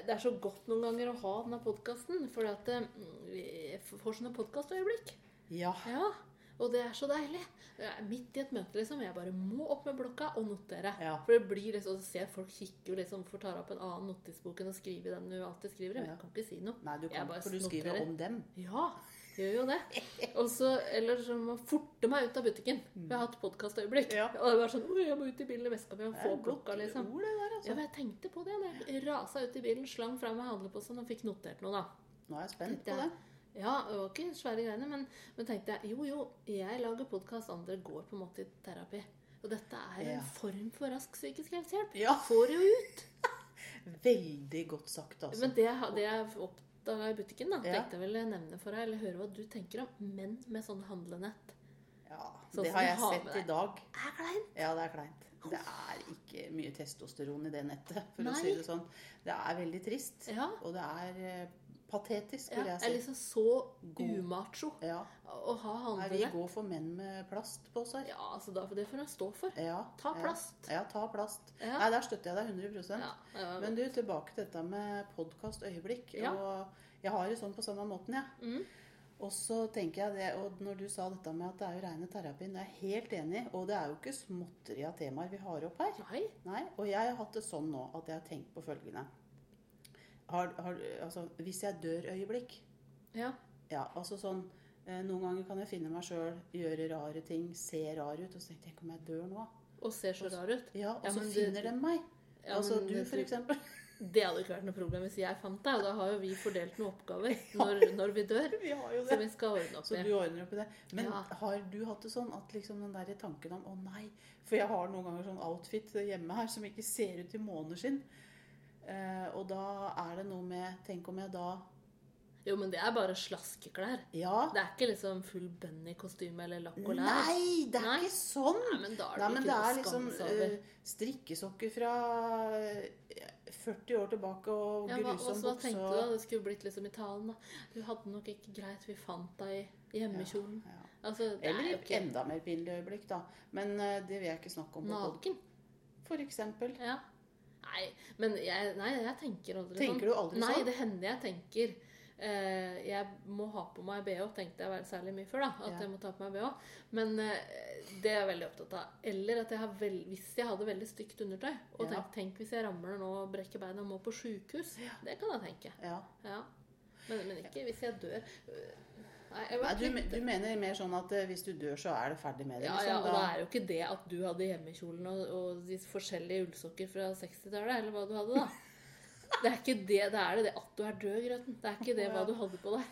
S1: Det er så godt noen ganger å ha denne podkasten, for at eh, vi får sånne podkastøyeblikk.
S2: Ja.
S1: Ja. Og det er så deilig. Det er midt i et møte, liksom. Jeg bare må opp med blokka og notere.
S2: Ja.
S1: For det blir liksom, så ser jeg folk kikker jo liksom, for tar opp en annen notisbok enn å skrive i den du alltid skriver i. Men
S2: Ja.
S1: jeg kan ikke si noe.
S2: Nei, du
S1: Jeg
S2: kan
S1: bare
S2: ikke, for du skriver
S1: snoterer.
S2: om dem.
S1: Ja, gjør jo det. Og så, Eller så må jeg forte meg ut av butikken. For jeg har hatt podkastøyeblikk.
S2: Mm. Ja.
S1: Og det var sånn Oi, jeg må ut i bilen i veska mi og
S2: Det er
S1: få
S2: et godt
S1: blokka, liksom.
S2: ord, det der,
S1: Ja,
S2: altså.
S1: men jeg tenkte på det. da Jeg rasa ut i bilen, slang fra meg handleposen og fikk notert noe, da.
S2: Nå er jeg spent
S1: Tenkte
S2: på
S1: jeg,
S2: det.
S1: Ja, det var ikke svære greiene, men, men tenkte jeg jo, jo, jeg lager podkast, andre går på en måte i terapi. Og dette er en
S2: Ja.
S1: form for rask psykisk helsehjelp.
S2: Ja,
S1: Får det jo ut.
S2: veldig godt sagt, altså.
S1: Men det, jeg har- det jeg oppdaga i butikken, da,
S2: Ja.
S1: tenkte jeg vel nevne for deg, eller høre hva du tenker om menn med sånn handlenett.
S2: Ja,
S1: Sånn
S2: det
S1: som
S2: har
S1: du
S2: jeg
S1: har med
S2: sett i
S1: deg.
S2: dag.
S1: Er klein.
S2: Ja, det er kleint. Det er ikke mye testosteron i det nettet, for
S1: Nei.
S2: å si det sånn. Det er veldig trist.
S1: Ja.
S2: Og det er eh, patetisk,
S1: ja.
S2: vil
S1: Er
S2: jeg si.
S1: liksom så
S2: God.
S1: umacho
S2: Ja.
S1: å ha
S2: Nei, vi
S1: handlenett.
S2: går for menn med plast på oss her.
S1: Ja, altså, da- det får jeg stå for.
S2: Ja.
S1: Ta
S2: ja.
S1: plast.
S2: Ja, ta plast.
S1: Ja.
S2: Nei, der støtter jeg deg 100
S1: Ja, det var-
S2: Men du, tilbake til dette med podkast øyeblikk.
S1: Ja.
S2: Og jeg har det sånn på samme måten, jeg.
S1: Mm.
S2: Og så tenker jeg det, og når du sa dette med at det er jo reine terapien, det er jeg helt enig i. Og det er jo ikke småtteri av temaer vi har opp her.
S1: Nei.
S2: Nei, og jeg har hatt det sånn nå at jeg har tenkt på følgende. Har, har, altså, hvis jeg dør øyeblikk
S1: Ja.
S2: ja, altså sånn, eh, Noen ganger kan jeg finne meg sjøl, gjøre rare ting, se rar ut. Og så tenker jeg, tenk om jeg dør nå?
S1: Og ser så rar ut.
S2: Ja, og
S1: Ja,
S2: så
S1: men det-
S2: finner de meg.
S1: Ja,
S2: altså
S1: men
S2: du,
S1: det-
S2: for eksempel. [LAUGHS]
S1: Det hadde ikke vært noe problem hvis jeg fant deg, og da har jo vi fordelt noen
S2: [LAUGHS]
S1: oppgaver når, når vi dør.
S2: Vi har jo
S1: Som vi skal ordne opp
S2: Så
S1: i.
S2: du ordner opp i det. Men
S1: Ja.
S2: har du hatt det sånn at liksom den der tanken om å nei For jeg har noen ganger sånn outfit hjemme her som ikke ser ut i måneder sin. Eh, og da er det noe med Tenk om jeg da
S1: Jo, men det er bare slaskeklær.
S2: Ja.
S1: Det er ikke liksom full bunny-kostyme eller lakk og lær.
S2: Nei, det er
S1: Nei.
S2: ikke sånn!
S1: Nei, men da er det
S2: Nei, men
S1: ikke
S2: det
S1: noe
S2: er
S1: å
S2: liksom
S1: skamme seg over.
S2: eh, strikkesokker fra eh, 40 år tilbake og
S1: Ja, hva,
S2: grusom
S1: også, hva
S2: bukse
S1: tenkte du da?
S2: og
S1: Det skulle blitt liksom Italien, da. Du hadde nok ikke greit vi fant deg i hjemmekjolen.
S2: Ja, ja.
S1: Altså, det er
S2: Eller
S1: jo ikke
S2: enda mer pinlig øyeblikk, da. Men eh, det vil jeg ikke snakke om. på podden.
S1: naken.
S2: For eksempel.
S1: Ja. Nei, men jeg, nei, jeg tenker aldri sånn.
S2: Tenker du aldri
S1: nei,
S2: sånn?
S1: det hender jeg tenker. eh, jeg må ha på meg BH, tenkte jeg vel særlig mye før. da, At
S2: Ja.
S1: jeg må ta på meg BH. Men eh, det er jeg veldig opptatt av. Eller at jeg har vel, hvis jeg hadde veldig stygt undertøy. Og
S2: Ja.
S1: tenk, tenk hvis jeg ramler nå og brekker beina og må på sjukehus. Det kan jeg tenke.
S2: Ja.
S1: Ja. Men, men ikke hvis jeg dør. Øh, Nei, jeg
S2: Nei,
S1: bare
S2: du, me-
S1: tenkte-
S2: du mener mer sånn at eh, hvis du dør, så er det ferdig med det?
S1: ja,
S2: Liksom,
S1: ja, og da
S2: da, [LAUGHS]
S1: er jo ikke det at du hadde hjemmekjolen og, og de forskjellige ullsokker fra 60-tallet, eller hva du hadde,
S2: [LAUGHS]
S1: da. Det er ikke det, det er det, det at du er død, Grøten. Det er ikke det hva du hadde på deg.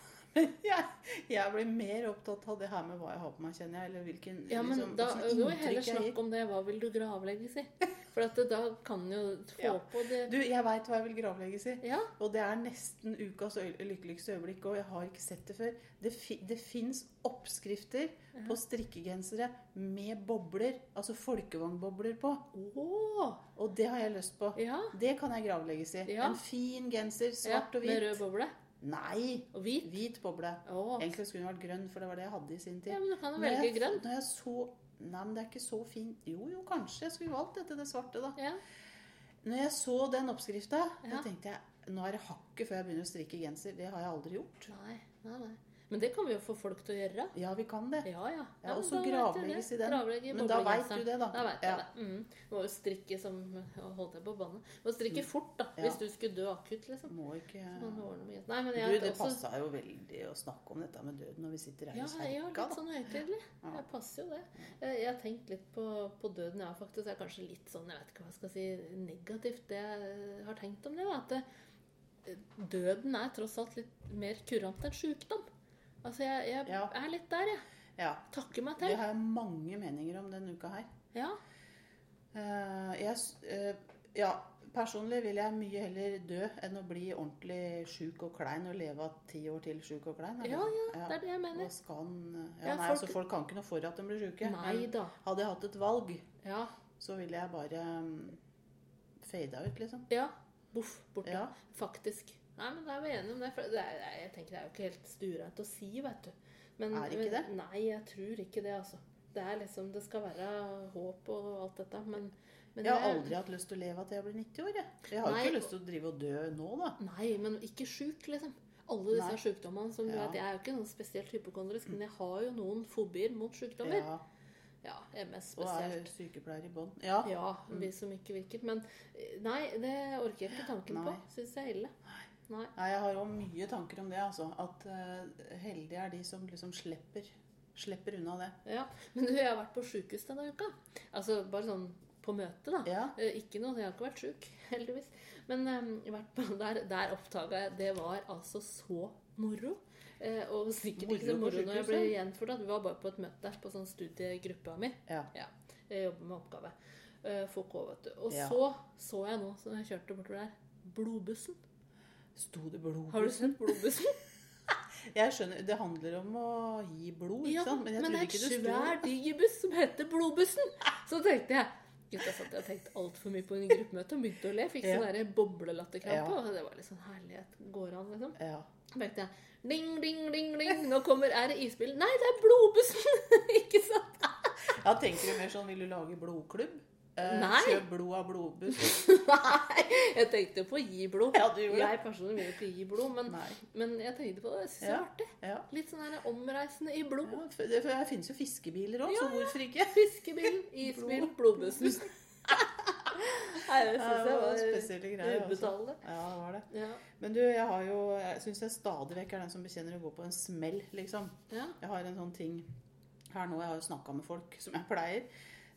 S2: jeg, jeg blir mer opptatt av det her med hva jeg har på meg, kjenner jeg. Eller hvilken
S1: Ja, men
S2: liksom,
S1: da,
S2: hva slags
S1: Nå er
S2: inntrykk
S1: heller
S2: jeg gir.
S1: snakk om det. Hva vil du gravlegges i? For at eh, da kan jo få
S2: Ja.
S1: på det
S2: Du, jeg veit hva jeg vil gravlegges i.
S1: Ja.
S2: Og det er nesten ukas øy- lykkeligste øyeblikk, og jeg har ikke sett det før. Det, fi, det fins oppskrifter på strikkegensere med bobler, altså folkevognbobler på.
S1: Åh,
S2: Og det har jeg lyst på.
S1: ja.
S2: Det kan jeg gravlegges i.
S1: Ja.
S2: En fin genser,
S1: ja.
S2: svart og
S1: Med rød
S2: hvit.
S1: boble.
S2: Nei,
S1: Og hvit.
S2: hvit boble.
S1: Åh.
S2: Egentlig skulle den vært grønn, for det var det jeg hadde i sin
S1: Ja,
S2: tid.
S1: men du kan jo
S2: Når
S1: velge
S2: jeg-
S1: grønn.
S2: Når jeg så Nei, men det er ikke så fint. Jo, jo, kanskje. Jeg skulle valgt dette, det svarte, da.
S1: Ja.
S2: Når jeg så den oppskrifta, da
S1: Ja.
S2: tenkte jeg nå er det hakket før jeg begynner å strikke genser. Det har jeg aldri gjort.
S1: Nei, nei, nei. Men det kan vi jo få folk til å gjøre.
S2: Ja, vi kan det.
S1: Ja, ja.
S2: Ja, og
S1: men
S2: så
S1: da vet jeg
S2: gravlegges
S1: det.
S2: i den.
S1: Gravlegge i
S2: Men da veit
S1: boblegenseren.
S2: du det, da.
S1: Da vet
S2: Ja.
S1: jeg det. Mm. Må jo strikke som å, Holdt jeg på båndet. Må strikke fort, da.
S2: Mm. Ja.
S1: Hvis du skulle dø akutt, liksom.
S2: Må ikke
S1: Så må du ordne med- Nei, men
S2: Du,
S1: jeg
S2: det
S1: også-
S2: passa jo veldig å snakke om dette med døden når vi sitter her
S1: ja,
S2: i
S1: ja,
S2: kjerka.
S1: litt
S2: da.
S1: sånn høytidelig.
S2: Ja.
S1: Det passer jo det. Jeg jeg har tenkt litt på, på døden, jeg ja, faktisk. Jeg er kanskje litt sånn, jeg vet ikke hva jeg skal si, negativt. Det jeg har tenkt om det, var at eh, døden er tross alt litt mer kurant enn sjukdom. Altså, jeg, jeg
S2: Ja.
S1: er litt der, jeg.
S2: Ja.
S1: Takker meg
S2: Det
S1: til.
S2: har jeg mange meninger om denne uka her.
S1: Ja.
S2: Eh, jeg, s- eh, ja, personlig vil jeg mye heller dø enn å bli ordentlig sjuk og klein og leve av ti år til sjuk og klein. er det? sånn?
S1: Ja, Det er det jeg
S2: Og
S1: mener.
S2: skan ja,
S1: Ja,
S2: Nei,
S1: folk-
S2: altså folk kan ikke noe for at de blir sjuke.
S1: Nei
S2: Men
S1: da.
S2: Hadde jeg hatt et valg,
S1: Ja.
S2: så ville jeg bare um, fada ut, liksom.
S1: ja. Boff. Borte.
S2: Ja.
S1: Faktisk. Nei, men da er vi enige om det. For det er, det er- jeg tenker det er jo ikke helt stuereint å si, vet du. Men,
S2: Er det ikke
S1: men- Nei, jeg tror ikke det, altså. Det er liksom, det skal være håp og alt dette, men, men
S2: Jeg har
S1: det
S2: aldri hatt lyst til å leve til jeg blir 90 år. Jeg, jeg har jo
S1: Nei,
S2: ikke
S1: og-
S2: lyst til å drive og dø nå, da.
S1: er- Nei, men ikke sjuk, liksom. Alle disse
S2: Nei.
S1: sjukdommene som du
S2: Ja.
S1: vet, Jeg er jo ikke noen spesielt hypokondrisk, men jeg har jo noen fobier mot sjukdommer.
S2: Ja,
S1: Ja, MS
S2: og er Mm.
S1: spesielt.
S2: sykepleier i bånn. Ja.
S1: Ja, vi som ikke virker. Men eh, nei, det orker jeg ikke tanken
S2: Nei.
S1: på. Syns jeg er ille. Nei.
S2: Nei, jeg har jo mye tanker om det, altså. At eh, heldige er de som liksom slipper. Slipper unna det.
S1: Ja, men du, jeg har vært på sjukehus denne uka. Altså bare sånn på møte, da.
S2: Ja.
S1: Eh, Ikke noe, jeg har ikke vært sjuk, [LAUGHS] heldigvis. Men eh, jeg har vært på, [LAUGHS] der, der oppdaga jeg Det var altså så moro. Eh, og sikkert
S2: Moro
S1: ikke så
S2: på
S1: moro når jeg
S2: sjukehuset?
S1: ble gjenfortalt. Vi var bare på et møte på sånn studiegruppa mi.
S2: Ja.
S1: Ja, jeg jobber med oppgave. Eh, FK, vet du. Og
S2: Ja.
S1: så så jeg nå, som jeg kjørte bortover der, Blodbussen.
S2: Sto det blod
S1: Har du
S2: [LAUGHS]
S1: sett Blodbussen?
S2: Jeg skjønner, Det handler om å gi blod, ikke
S1: Ja,
S2: sant? Men jeg
S1: men det
S2: trodde
S1: er
S2: ikke
S1: en
S2: det
S1: svær,
S2: sto
S1: diger buss som heter Blodbussen. Så tenkte jeg Gutta satt og tenkte altfor mye på en gruppemøte og begynte å le. Fikk
S2: Ja.
S1: sånn der boblelatterkrampe.
S2: Ja.
S1: Og det var litt sånn herlighet. Går an, liksom.
S2: ja.
S1: Så tenkte jeg ding, ding, ding, ding. Nå kommer Er det isbilen? Nei, det er Blodbussen! [LAUGHS] Ikke sant?
S2: ja, tenker du mer sånn Vil du lage blodklubb? Eh,
S1: Nei.
S2: Kjøp blod av blodbuss? [LAUGHS]
S1: Nei. Jeg tenkte på å gi blod.
S2: Ja, du gjorde det.
S1: jeg personlig vil jo ikke gi blod, men,
S2: Nei.
S1: men jeg tenkte på det. Jeg syns det
S2: Ja.
S1: var artig.
S2: Ja.
S1: Litt sånn her omreisende i blod.
S2: ja for det, for her finnes jo fiskebiler òg,
S1: Ja,
S2: så hvorfor ikke?
S1: Fiskebilen, isbilen, blodbussen. [LAUGHS] Nei, det syns
S2: Det
S1: jeg
S2: var
S1: var
S2: spesielle greier. altså.
S1: Ubetalende.
S2: Ja, det var det.
S1: Ja.
S2: Men du, jeg har jo Jeg syns jeg stadig vekk er den som bekjenner å gå på en smell, liksom.
S1: Ja.
S2: Jeg har en sånn ting her nå, jeg har jo snakka med folk som jeg pleier.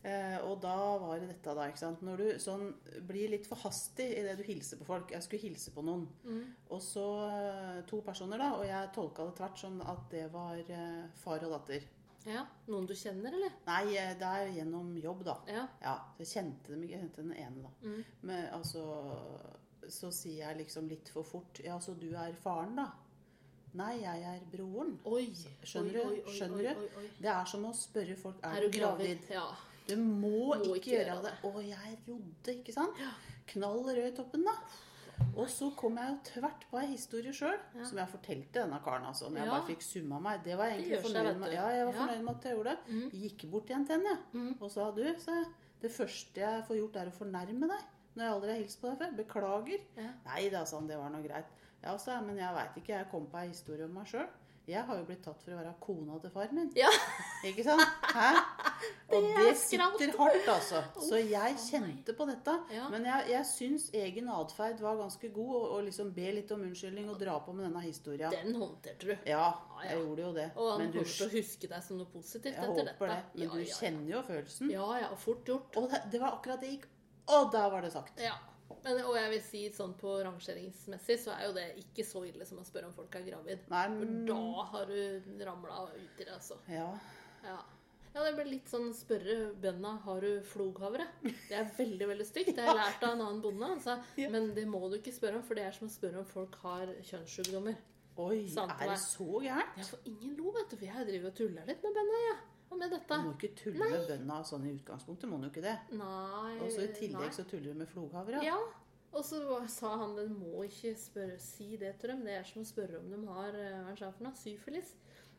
S2: Eh, og da var det dette, da. ikke sant? Når du sånn blir litt for hastig i det du hilser på folk. Jeg skulle hilse på noen.
S1: Mm.
S2: Og så eh, to personer, da. Og jeg tolka det tvert som at det var eh, far og datter.
S1: ja. Noen du kjenner, eller?
S2: Nei, eh, det er gjennom jobb, da.
S1: Ja.
S2: Ja, så jeg kjente dem ikke. Jeg kjente den ene, da.
S1: Mm.
S2: Men altså så sier jeg liksom litt for fort Ja, så du er faren, da? Nei, jeg er broren.
S1: Oi.
S2: Skjønner du?
S1: oi, oi,
S2: Skjønner
S1: oi,
S2: du?
S1: oi, oi.
S2: Det er som å spørre folk
S1: Er du gravid? Ja.
S2: Du må,
S1: Må
S2: ikke,
S1: ikke
S2: gjøre
S1: gjøre
S2: det. Å, jeg rodde, ikke sant? Knall rød i toppen, da. Og så kom jeg jo tvert på ei historie sjøl,
S1: Ja.
S2: som jeg fortalte denne karen. altså, Når jeg
S1: Ja.
S2: bare fikk summa meg. Det var jeg
S1: Det
S2: egentlig
S1: gjør seg,
S2: fornøyd
S1: vet
S2: med.
S1: du.
S2: Ja, jeg var
S1: Ja.
S2: fornøyd med at jeg gjorde det.
S1: Mm.
S2: Gikk bort igjen til henne, jeg.
S1: Mm.
S2: Og sa du, sa jeg, det første jeg får gjort er å fornærme deg. Når jeg aldri har hilst på deg før. Beklager.
S1: Ja.
S2: Nei da, sa han, det var nå greit. Ja, sa jeg, men jeg veit ikke. Jeg kom på ei historie om meg sjøl. Jeg har jo blitt tatt for å være kona til far min.
S1: Ja.
S2: Ikke sant?
S1: [LAUGHS]
S2: Hæ? Og
S1: Det er
S2: det
S1: skralt.
S2: sitter hardt, altså. Så
S1: nei.
S2: jeg kjente på dette.
S1: Ja.
S2: Men jeg, jeg syns egen atferd var ganske god, og, og liksom be litt om unnskyldning og dra på med denne historia.
S1: Den håndterte du.
S2: Ja,
S1: Ja, ja.
S2: jeg gjorde jo det.
S1: Og han
S2: Men du,
S1: kommer til å huske deg som noe positivt
S2: jeg
S1: etter dette.
S2: håper det. Men
S1: ja,
S2: du
S1: ja,
S2: kjenner jo følelsen.
S1: Ja, ja. og Fort gjort.
S2: Og det, det var akkurat det gikk. Og der var det sagt.
S1: Ja. Men, og jeg vil si sånn på rangeringsmessig så er jo det ikke så ille som å spørre om folk er gravid.
S2: Nei,
S1: For
S2: men
S1: da har du ramla uti det, altså.
S2: Ja.
S1: Ja. ja, det blir litt sånn spørre bøndene har du floghavre. Det er veldig veldig stygt.
S2: [LAUGHS]
S1: Det har jeg lært av en annen bonde. Han sa
S2: Ja.
S1: men det må du ikke spørre om, for det er som å spørre om folk har kjønnssykdommer.
S2: Oi,
S1: Sant det
S2: er
S1: var.
S2: det så gærent?
S1: Ja, for ingen lo, vet du. For jeg driver og tuller litt med bøndene, jeg. Ja. Og med
S2: Du
S1: dette.
S2: må ikke tulle med bønda sånn i utgangspunktet. må du ikke det.
S1: Nei.
S2: Og så I
S1: Eh, nei.
S2: tillegg så tuller du med floghavre.
S1: Ja. Og så var- sa han den må ikke spørre, si det til dem. Det er som å spørre om de har eh, hva er det sa han for noe? syfilis.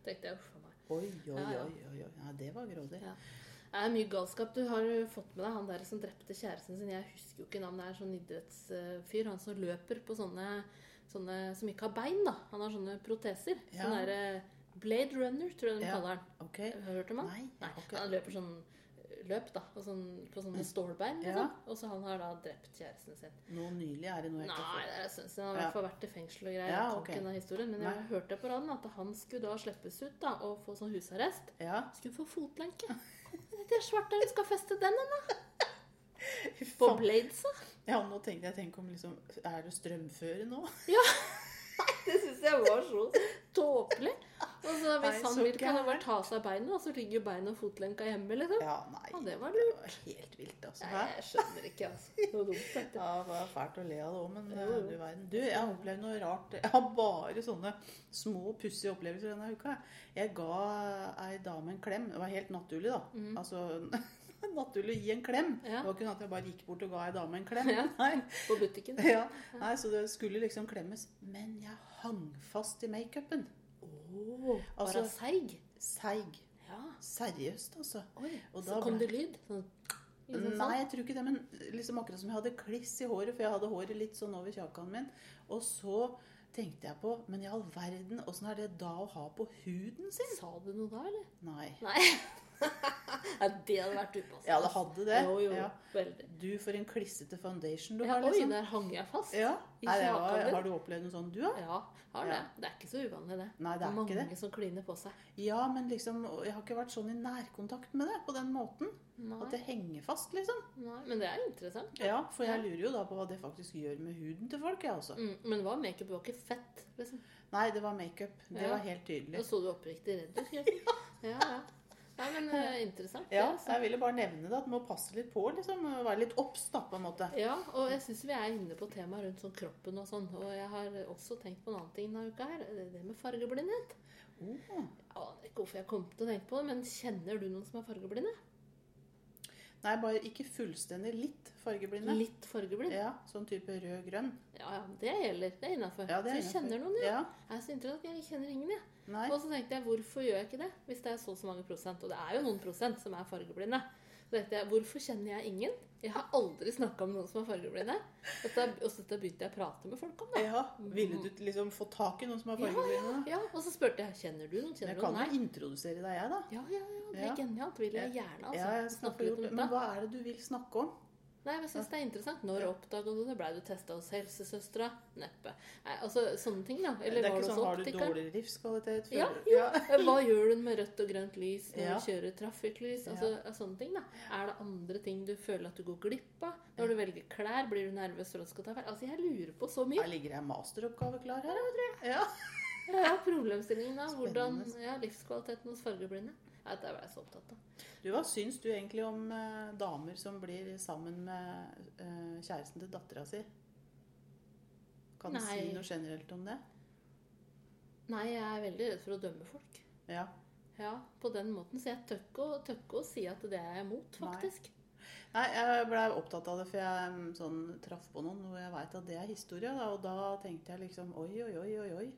S1: tenkte jeg, uff a meg.
S2: Oi, oi,
S1: Ja, ja.
S2: oi. oi, oi. Ja, det var grådig.
S1: Ja. Det er mye galskap. Du har jo fått med deg han der som drepte kjæresten sin. Jeg husker jo ikke navnet. Det er sånn idrettsfyr. Han som løper på sånne, sånne som ikke har bein, da. Han har sånne proteser.
S2: Ja.
S1: Sånn derre Blade Runner, tror jeg de
S2: Ja.
S1: kaller han.
S2: Ok.
S1: Har du hørt om han?
S2: Nei, jeg har ikke Mm.
S1: Han løper sånn løp, da. Og sånn, på sånne stålbein.
S2: Ja.
S1: Liksom. Og så han har da drept kjæresten sin.
S2: Nå nylig er det noe jeg ikke
S1: Nei,
S2: har fått.
S1: det er synd. Han har i
S2: Ja.
S1: hvert fall vært i fengsel og greier.
S2: Ja,
S1: jeg kan
S2: ok.
S1: ikke denne historien, men jeg hørte på raden at han skulle da slippes ut da, og få sånn husarrest.
S2: Ja.
S1: Skulle få
S2: [LAUGHS]
S1: fotlenke. Det er svart der, du skal feste den, da. På
S2: [LAUGHS]
S1: Bladesa.
S2: ja, nå tenkte jeg tenk om liksom Er det strømføre nå? [LAUGHS]
S1: Det syns jeg var så tåpelig. Og så
S2: Nei,
S1: hvis han
S2: så
S1: vil, kan han bare
S2: gærent.
S1: ta av seg beina, og så ligger beina og fotlenka hjemme, liksom.
S2: Ja,
S1: Ja,
S2: nei.
S1: det var lurt.
S2: var helt vilt, altså.
S1: Nei,
S2: Hæ?
S1: jeg skjønner ikke, altså. Det var dumt, dette.
S2: Ja, det var fælt å le av det òg, men
S1: Jo, jo.
S2: eh, du verden. Du, jeg har opplevd noe rart. Jeg har bare sånne små, pussige opplevelser denne uka. Jeg ga ei dame en klem. Det var helt naturlig, da. Altså [LAUGHS] naturlig å gi en klem.
S1: Mm. Ja.
S2: Det var ikke sånn at jeg bare gikk bort og ga ei dame en klem.
S1: Ja.
S2: [LAUGHS] Nei.
S1: På butikken.
S2: Ja. Nei, så det skulle liksom klemmes. Men jeg hang fast i makeupen.
S1: Åh, var
S2: Altså-
S1: han seig?
S2: Seig.
S1: Ja.
S2: Seriøst, altså.
S1: Oi.
S2: Og
S1: Så
S2: da
S1: kom
S2: ble-
S1: det lyd? Sånn, liksom sånn.
S2: Nei, jeg tror ikke det, men liksom akkurat som jeg hadde kliss i håret, for jeg hadde håret litt sånn over kjakan min. Og så tenkte jeg på Men i all verden, åssen er det da å ha på huden sin?
S1: Sa du noe da, eller?
S2: Nei. [LAUGHS]
S1: Nei. Nei, det hadde vært upassende.
S2: Ja, det hadde det.
S1: Jo, jo,
S2: Ja.
S1: veldig.
S2: Du, for en klissete foundation du
S1: Ja,
S2: har,
S1: oi,
S2: liksom.
S1: der hang jeg fast.
S2: Ja.
S1: I
S2: Nei, det var-
S1: kjakan din.
S2: har du opplevd noe sånt, du òg?
S1: Ja, har det.
S2: Ja.
S1: Det er ikke så uvanlig, det.
S2: Nei, det er
S1: mange
S2: ikke det.
S1: som kliner på seg.
S2: Ja, men liksom Jeg har ikke vært sånn i nærkontakt med det på den måten. At
S1: Nei,
S2: det henger fast, liksom.
S1: nei, men det er interessant.
S2: Ja, For jeg lurer jo da på hva det faktisk gjør med huden til folk, jeg også.
S1: Mm, men hva makeup var ikke fett? Liksom.
S2: Nei, det var makeup. Det
S1: Ja.
S2: var helt tydelig.
S1: Da så du oppriktig redd ut.
S2: [LAUGHS]
S1: Ja. ja, ja. Nei, men eh, interessant.
S2: Ja,
S1: det,
S2: så jeg ville bare nevne det, at man må passe litt på, liksom. Være litt obs, da, på en måte.
S1: Ja, og jeg syns vi er inne på temaet rundt sånn kroppen og sånn. Og jeg har også tenkt på en annen ting denne uka her. eh, Det det med fargeblindhet.
S2: Oh.
S1: Jeg aner ikke hvorfor jeg kom til å tenke på det, men kjenner du noen som er fargeblinde?
S2: Nei, bare ikke fullstendig litt fargeblinde.
S1: Litt fargeblind?
S2: Ja, sånn type rød-grønn.
S1: Ja, ja, det gjelder. Det er innafor.
S2: Ja,
S1: så
S2: det er
S1: jeg
S2: innenfor.
S1: kjenner noen, Sånn, ja. Sånn,
S2: Ja.
S1: Jeg er så interessant. Jeg kjenner ingen, jeg.
S2: Nei.
S1: Og så tenkte jeg, hvorfor gjør jeg ikke det? Hvis det er så og så mange prosent, og det er jo noen prosent som er fargeblinde. Så tenkte jeg, hvorfor kjenner jeg ingen? Jeg har aldri snakka med noen som er fargeblinde. Og så og så da begynte jeg å prate med folk om det.
S2: Ja, ville du liksom få tak i noen som er fargeblinde? da?
S1: Ja, Og så spurte jeg kjenner du noen.
S2: Jeg
S1: Kjenner du
S2: kan
S1: noen?
S2: jo
S1: Nei.
S2: introdusere deg, jeg, da.
S1: Ja, ja, ja, det er
S2: Ja.
S1: genialt. Vil jeg gjerne altså,
S2: Ja, jeg skal
S1: snakke
S2: få
S1: litt
S2: gjort
S1: om
S2: det.
S1: dette.
S2: Men hva er det du vil snakke om?
S1: Nei, men jeg synes det er interessant. Når oppdaga du det? Blei du testa hos helsesøstera? Neppe. Nei, altså sånne ting, da.
S2: Det
S1: Eller
S2: er
S1: var
S2: ikke
S1: du
S2: sånn
S1: hos
S2: har du
S1: optikeren?
S2: dårlig livskvalitet?
S1: Ja,
S2: Føler-
S1: jo. Hva gjør du med rødt og grønt lys når
S2: Ja.
S1: du kjører trafikklys? Altså sånne ting, da. Er det andre ting du føler at du går glipp av? Når du velger klær, blir du nervøs for at du skal ta feil? Altså, jeg lurer på så mye.
S2: Her ligger det en masteroppgave klar her, da, tror jeg. Ja.
S1: Jeg har problemstillingen da. Hvordan
S2: Spennende.
S1: ja, livskvaliteten hos fargeblinde. Nei, Dette ble jeg så opptatt av.
S2: Du, Hva syns du egentlig om eh, damer som blir sammen med eh, kjæresten til dattera si? Kan du si
S1: Nei.
S2: noe generelt om det?
S1: Nei, jeg er veldig redd for å dømme folk.
S2: Ja.
S1: Ja, på den måten. Så jeg tør ikke å- tør ikke å si at det er jeg imot,
S2: Nei.
S1: faktisk.
S2: Nei, jeg ble opptatt av det, for jeg mm, sånn, traff på noen hvor jeg veit at det er historie. Da, og da tenkte jeg liksom oi, oi, oi, oi. oi.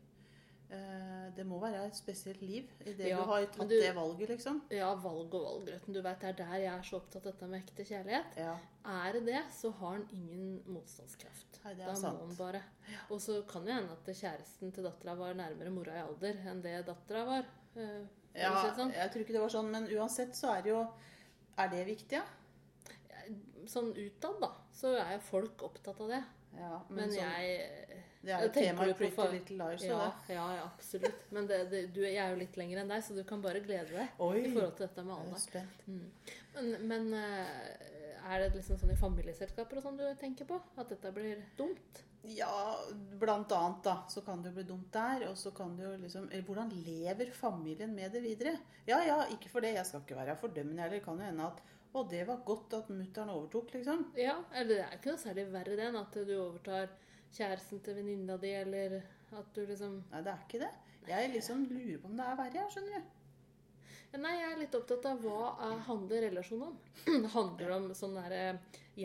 S2: Eh, det må være et spesielt liv i det
S1: Ja,
S2: du har
S1: men
S2: tatt
S1: du-
S2: det valget, liksom.
S1: Ja, valg og valgrøten. Du vet, det er der jeg er så opptatt av dette med ekte kjærlighet.
S2: Ja,
S1: Er det det, så har han ingen motstandskraft.
S2: Nei, det er
S1: da
S2: sant.
S1: må han bare. Og så kan det hende at kjæresten til dattera var nærmere mora i alder enn det dattera var. Eh, for å
S2: ja
S1: si det sånn.
S2: jeg tror ikke det var sånn, men uansett så er det jo Er det viktig, ja?
S1: sånn utad, da, så er jo folk opptatt av det.
S2: ja men
S1: Men
S2: sånn,
S1: jeg
S2: det er jo
S1: tenker
S2: temaet
S1: du på
S2: Pretty
S1: far-
S2: Little Liars.
S1: Ja,
S2: Ja.
S1: ja, ja absolutt. Men det, det, du, jeg er jo litt lenger enn deg, så du kan bare glede deg
S2: Oi!
S1: i forhold til dette med
S2: Jeg er
S1: alder.
S2: spent.
S1: Men, men eh, er det liksom sånn i familieselskaper og sånn du tenker på? At dette blir dumt?
S2: Ja, blant annet, da. Så kan det jo bli dumt der. Og så kan det jo liksom eller Hvordan lever familien med det videre? Ja ja, ikke for det. Jeg skal ikke være fordømmende heller. Kan jo hende at Å, det var godt at mutter'n overtok, liksom.
S1: Ja, eller det er ikke noe særlig verre det enn at du overtar kjæresten til venninna di, eller at du liksom
S2: Nei, det er ikke det. Jeg liksom lurer på om det er verre, jeg, skjønner du.
S1: Ja, Nei, jeg er litt opptatt av hva er, handler relasjonen om. [CLEARS THROAT] handler det om sånn derre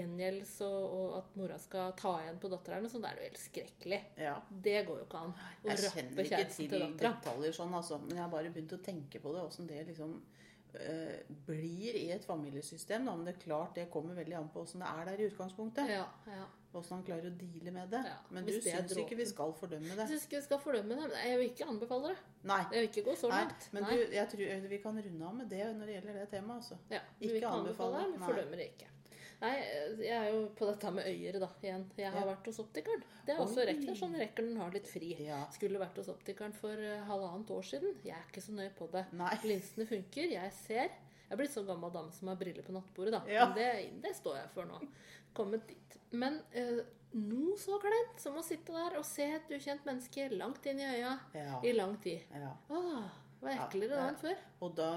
S1: gjengjeldelse og, og at mora skal ta igjen på datteren? og sånn, Da er det jo helt skrekkelig.
S2: Ja.
S1: Det går jo ikke an. Å
S2: Jeg
S1: rappe
S2: kjenner ikke
S1: kjæresten
S2: til
S1: til dattera.
S2: detaljer sånn, altså. Men jeg har bare begynt å tenke på det, åssen det liksom eh, blir i et familiesystem. Da. Men det er klart det kommer veldig an på åssen det er der i utgangspunktet.
S1: Ja, ja.
S2: Åssen han klarer å deale med det.
S1: Ja,
S2: Men du
S1: hvis det er
S2: syns ikke vi
S1: dråpen.
S2: skal fordømme
S1: Jeg
S2: det.
S1: syns ikke vi skal fordømme det. men Jeg vil ikke anbefale det.
S2: Nei.
S1: Jeg vil ikke gå så
S2: Nei,
S1: langt.
S2: men
S1: Nei.
S2: du, jeg tror eh, vi kan runde av med det når det gjelder det temaet. Altså.
S1: Ja, vi
S2: Ikke
S1: vil ikke
S2: anbefale,
S1: anbefale, det, men
S2: nei.
S1: fordømmer det ikke. Nei, jeg er jo på dette med øyere, da, igjen. Jeg har
S2: Ja.
S1: vært hos optikeren. Det er
S2: Oi.
S1: også rekker, sånn rekker den har litt fri.
S2: Ja.
S1: Skulle vært hos optikeren for eh, halvannet år siden. Jeg er ikke så nøye på det.
S2: Nei.
S1: Linsene funker, jeg ser. Jeg er blitt sånn gammel dame som har briller på nattbordet, da.
S2: Ja.
S1: Men det, det står jeg for nå. Kommet dit. Men eh, noe så kleint som å sitte der og se et ukjent menneske langt inn i øya
S2: Ja.
S1: i lang tid.
S2: ja.
S1: Åh, det var eklere da enn før.
S2: Og da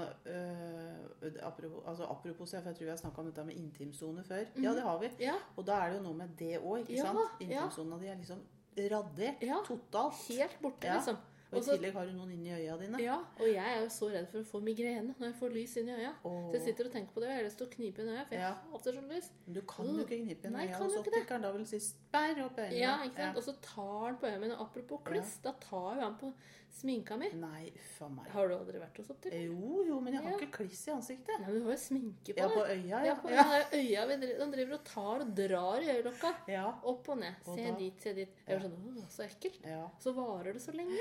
S2: øh, det- apropos, altså, apropos det, for jeg tror jeg snakka om dette med intimsone før. Ja, det har vi.
S1: Ja,
S2: Og da er det jo noe med det òg,
S1: Mhm.
S2: ikke
S1: Ja,
S2: sant?
S1: ja.
S2: Intimsona di er liksom radert
S1: Ja.
S2: totalt.
S1: helt borte,
S2: Ja.
S1: liksom.
S2: Og i
S1: Og så-
S2: tillegg har du noen inni øya dine.
S1: Ja, og jeg er jo så redd for å få migrene når jeg får lys inn i øya.
S2: Åh.
S1: Så jeg sitter og tenker på det, og jeg har lyst til å knipe inn øya, for jeg
S2: Ja.
S1: hater sånn lys.
S2: Men du kan jo ikke knippe en
S1: Nei,
S2: øya
S1: kan
S2: hos
S1: jo ikke det.
S2: optikeren. Da vil du si sperr opp øynene.
S1: Ja, ikke sant? Og så tar han på øya mine. Apropos kliss, da tar jo han på sminka mi.
S2: Nei, uff a meg.
S1: Har du aldri vært hos optiker?
S2: Eh, Jo, jo, men jeg har
S1: Ja.
S2: ikke kliss i ansiktet.
S1: Nei, men du har jo sminke på
S2: Ja, på
S1: deg.
S2: øya,
S1: Ja,
S2: ja.
S1: på
S2: ja.
S1: øya, det er øya vi driver, han driver og tar og drar i øyelokka.
S2: ja.
S1: Opp og ned.
S2: Og
S1: Se
S2: da-
S1: dit, se dit. Jeg var sånn, åh, så ekkelt.
S2: ja.
S1: Så varer det så lenge.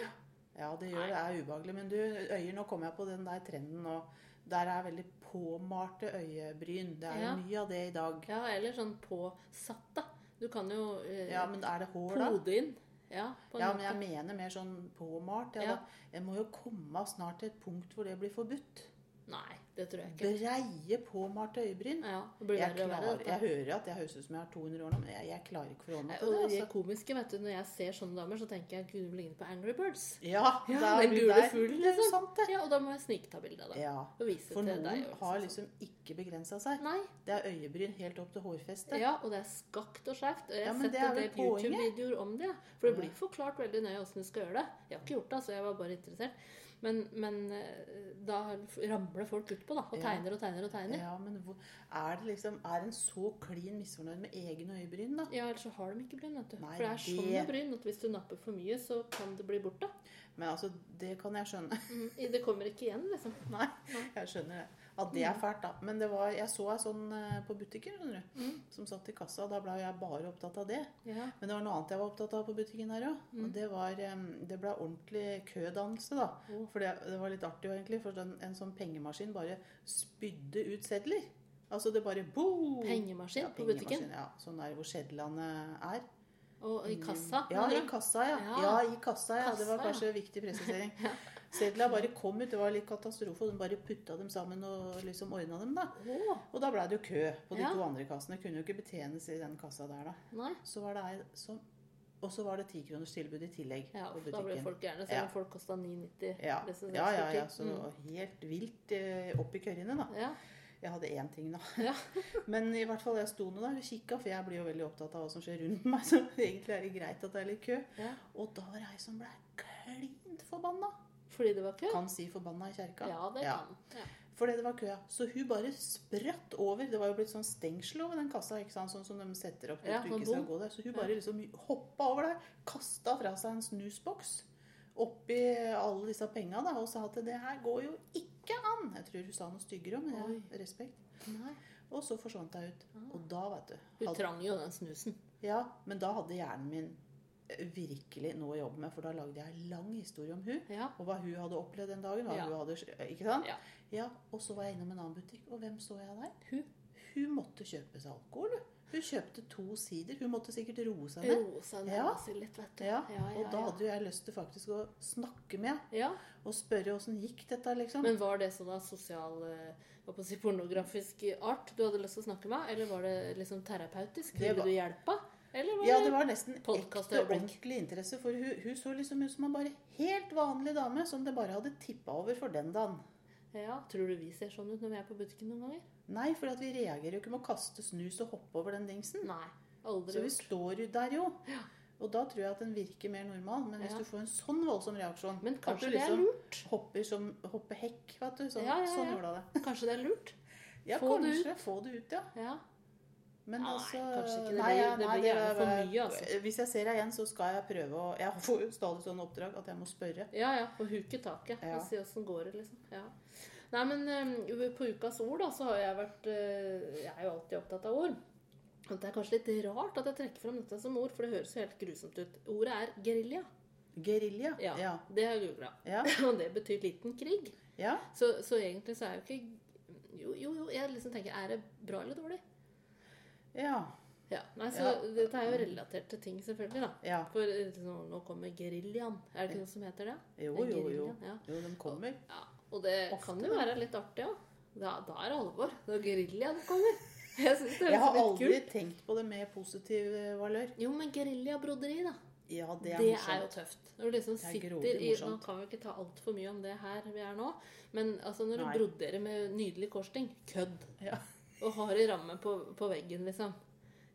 S2: Ja, det gjør det. er ubehagelig. Men du, øyer, nå kom jeg på den der trenden nå. Der er veldig påmalte øyebryn. Det er jo
S1: Ja.
S2: mye av det i dag.
S1: Ja, eller sånn påsatt, da. Du kan jo eh,
S2: Ja, men er det hår, da?
S1: kode inn. Ja, på en
S2: Ja,
S1: måte.
S2: men jeg mener mer sånn påmalt. Ja,
S1: Ja.
S2: da. Jeg må jo komme snart til et punkt hvor det blir forbudt.
S1: Nei, det tror jeg ikke.
S2: Breie, påmalte øyebryn.
S1: Ja, det blir
S2: Jeg,
S1: verre og verre.
S2: klarer, jeg
S1: dette.
S2: hører at jeg høres ut som jeg er 200 år nå, men jeg, jeg klarer ikke å forholde meg til
S1: Og
S2: det.
S1: det
S2: altså.
S1: komiske, vet du, når jeg ser sånne damer, så tenker jeg gud, hun ligner på Angry Birds.
S2: Ja,
S1: Ja,
S2: da er
S1: den
S2: du
S1: gule
S2: der.
S1: fuglen,
S2: Det er jo
S1: liksom.
S2: sant, det.
S1: Ja, og da må jeg snikta bildet av det.
S2: Ja.
S1: Og vise
S2: For
S1: til deg.
S2: noen
S1: og
S2: har
S1: sånn.
S2: liksom ikke begrensa seg.
S1: Nei.
S2: Det er øyebryn helt opp til hårfestet.
S1: Ja, og det er skakt og skjevt. Og jeg
S2: Ja,
S1: har
S2: men
S1: sett
S2: det er
S1: en
S2: vel
S1: del YouTube-videoer om det. For det blir forklart veldig nøye åssen du skal gjøre det. Jeg har ikke gjort det, så jeg var bare interessert. Men, men eh, da ramler folk utpå, da. Og
S2: Ja.
S1: tegner og tegner og tegner. Ja,
S2: Ja, men hvor, er det liksom Er en så klin misfornøyd med egne øyebryn, da?
S1: ellers så har de ikke bryn, vet du.
S2: Nei,
S1: for det er sånn med
S2: det-
S1: bryn at hvis du napper for mye, så kan det bli borte.
S2: Men altså, det kan jeg skjønne. [LAUGHS]
S1: Mm, det kommer ikke igjen, liksom.
S2: Nei, jeg skjønner det. At det
S1: Mm.
S2: er fælt, da. Men det var, jeg så ei sånn eh, på butikken, skjønner du.
S1: Mm.
S2: Som satt i kassa. og Da ble jeg bare opptatt av det.
S1: Ja.
S2: Men det var noe annet jeg var opptatt av på butikken her òg.
S1: Mm.
S2: Og det var em, Det ble ordentlig kødannelse, da.
S1: Å.
S2: For det, det var litt artig, egentlig. For den, en sånn pengemaskin bare spydde ut sedler. Altså det bare boom!
S1: Pengemaskin
S2: Ja,
S1: på butikken.
S2: pengemaskin, Ja. Sånn der hvor sedlene er. Mm.
S1: Og i kassa.
S2: Ja,
S1: mener
S2: i
S1: du?
S2: kassa, ja.
S1: Ja.
S2: ja, i kassa, ja. Det var
S1: Kassa, ja.
S2: kanskje en viktig
S1: [LAUGHS]
S2: presisering. Sedla bare kom ut, det var litt katastrofe, og de bare putta dem sammen og liksom ordna dem, da.
S1: Å,
S2: Og da blei det jo kø på de
S1: Ja.
S2: to andre kassene. Kunne jo ikke betjenes i den kassa der, da.
S1: nei.
S2: Så var det ei som Og så var det tikronerstilbud i tillegg
S1: Ja,
S2: på
S1: da ble
S2: butikken.
S1: folk gjerne,
S2: Ja.
S1: selv om folk kosta 9,90.
S2: Ja.
S1: Det synes jeg
S2: ja, ja,
S1: er
S2: ja.
S1: kult.
S2: Så helt vilt eh, opp i køyene, da.
S1: Mm. ja.
S2: Jeg hadde én ting nå.
S1: Ja.
S2: [LAUGHS] Men i hvert fall jeg sto nå der og kikka, for jeg blir jo veldig opptatt av hva som skjer rundt meg. [LAUGHS] Så egentlig er det greit at det er litt kø.
S1: Ja.
S2: Og da var det ei som ble klint forbanna.
S1: Fordi det var kø?
S2: Kan si forbanna i kjerka.
S1: Ja, det
S2: Ja.
S1: kan. Ja.
S2: Fordi det var kø. Så hun bare spratt over. Det var jo blitt sånn stengsel over den kassa, ikke sant? sånn som de setter opp. for
S1: Ja,
S2: at du
S1: sånn
S2: ikke skal
S1: bom.
S2: gå der. Så hun bare liksom hoppa over der, kasta fra seg en snusboks oppi alle disse penga da, og sa at det her går jo ikke an. Jeg tror hun sa noe styggere, men jeg
S1: Oi.
S2: respekt.
S1: Nei.
S2: Og så forsvant hun ut.
S1: Ah.
S2: Og da, vet du
S1: Hun
S2: hadde-
S1: trang jo den snusen.
S2: Ja, men da hadde hjernen min eh, virkelig noe å jobbe med, for da lagde jeg en lang historie om hun.
S1: Ja.
S2: Og hva hun hadde opplevd den dagen. Hva
S1: Ja.
S2: hun hadde, eh, ikke sant?
S1: Ja.
S2: Ja, Og så var jeg innom en annen butikk, og hvem så jeg der?
S1: Hun.
S2: Hun måtte kjøpe seg alkohol. du. Hun kjøpte to sider. Hun måtte sikkert roe seg ned.
S1: Roe seg ned
S2: Ja.
S1: og si litt, vet du.
S2: Ja,
S1: ja,
S2: Og da hadde jo jeg lyst til faktisk å snakke med henne
S1: ja.
S2: og spørre åssen gikk dette, liksom.
S1: Men var det sånn av sosial eh, hva på å si, pornografisk art du hadde lyst til å snakke med? Eller var det liksom terapeutisk?
S2: Det
S1: Ville
S2: var-
S1: du hjelpe? Eller var
S2: Ja, det var nesten ekte
S1: Podcastøyeblikk.
S2: ordentlig interesse, for hun, hun så liksom ut som en bare helt vanlig dame som det bare hadde tippa over for den dagen.
S1: Ja, Tror du vi ser sånn ut når vi er på butikken noen ganger?
S2: Nei, for at vi reagerer jo ikke med å kaste snus og hoppe over den dingsen.
S1: Nei. Aldri.
S2: Så vi
S1: gjort.
S2: står jo der jo.
S1: Ja.
S2: Og da tror jeg at den virker mer normal. Men hvis
S1: Ja.
S2: du får en sånn voldsom reaksjon
S1: Men
S2: at
S1: kanskje
S2: du
S1: det er
S2: liksom
S1: lurt?
S2: hopper som hopper hekk, vet du. Sånn,
S1: Ja, ja,
S2: sånn
S1: ja.
S2: gjorde jeg det.
S1: Kanskje det er lurt?
S2: Ja,
S1: Få det
S2: kanskje. Få det ut, ja.
S1: Ja.
S2: Men
S1: Nei,
S2: altså
S1: kanskje ikke. Det
S2: nei,
S1: blir-
S2: ja,
S1: det
S2: nei,
S1: blir gjerne for mye, altså.
S2: Hvis jeg ser deg igjen, så skal jeg prøve å Jeg får jo stadig sånne oppdrag at jeg må spørre.
S1: Ja, ja. På huke taket.
S2: Ja.
S1: Og se åssen går det, liksom. Ja. Nei, men eh, på ukas ord, da, så har jeg vært eh, Jeg er jo alltid opptatt av ord. Og Det er kanskje litt rart at jeg trekker fram dette som ord, for det høres jo helt grusomt ut. Ordet er gerilja.
S2: Gerilja?
S1: Ja.
S2: Ja.
S1: Det har jeg googla.
S2: Ja.
S1: [CLEARS THROAT] Og det betyr liten krig.
S2: ja.
S1: Så, så egentlig så er jo ikke Jo, jo, jo, jeg liksom tenker Er det bra eller dårlig?
S2: ja.
S1: Ja. Nei, så
S2: Ja.
S1: dette er jo relatert til ting, selvfølgelig, da.
S2: ja.
S1: For eh, liksom, nå kommer geriljaen. Er det ikke noe som heter det?
S2: Jo,
S1: Den
S2: jo, jo.
S1: geriljaen, Ja.
S2: Jo, de kommer.
S1: ja. Og [LAUGHS] det
S2: Ofte,
S1: kan jo være litt artig òg. Da, da er det alvor. Når geriljaen kommer. [LAUGHS] Jeg syns det
S2: Mm. Jeg
S1: høres
S2: har
S1: litt
S2: aldri
S1: kult
S2: tenkt på det med positiv eh, valør.
S1: Jo, men geriljabroderi, da.
S2: Ja, det
S1: Det
S2: er
S1: er, jo
S2: morsomt.
S1: tøft. Når du liksom
S2: Det er
S1: sitter
S2: grådig
S1: i Nå
S2: morsomt.
S1: kan vi ikke ta altfor mye om det her vi er nå, men altså når du
S2: Nei.
S1: broderer med nydelig korsting kødd,
S2: Ja.
S1: og har i ramme på, på veggen, liksom.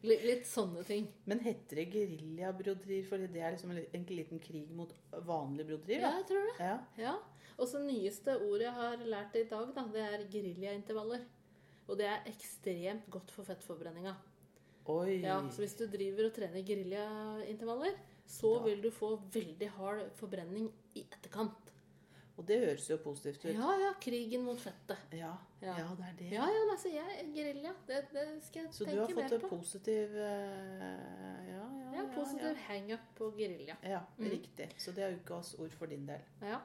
S1: Litt, litt sånne ting.
S2: Men heter det geriljabroderier fordi det er liksom en li- en liten krig mot vanlige broderier?
S1: Ja,
S2: da?
S1: jeg tror det.
S2: Ja.
S1: Ja. Og så nyeste ordet jeg har lært i dag, da, det er geriljaintervaller. Og det er ekstremt godt for fettforbrenninga.
S2: Oi.
S1: Ja, så hvis du driver og trener geriljaintervaller, så
S2: Ja. vil
S1: vil du få veldig hard forbrenning i etterkant.
S2: Og det høres jo positivt ut.
S1: Ja, ja. Krigen mot fettet.
S2: Ja,
S1: Ja.
S2: ja, det er det.
S1: Ja, ja, altså jeg gerilja. Det, det skal jeg
S2: Så du
S1: tenke
S2: har fått
S1: mer
S2: en
S1: på.
S2: positiv eh, Ja, ja.
S1: Ja, positiv hang-up på gerilja.
S2: Ja, ja
S1: Mm.
S2: riktig. Så det er ukas ord for din del.
S1: Ja.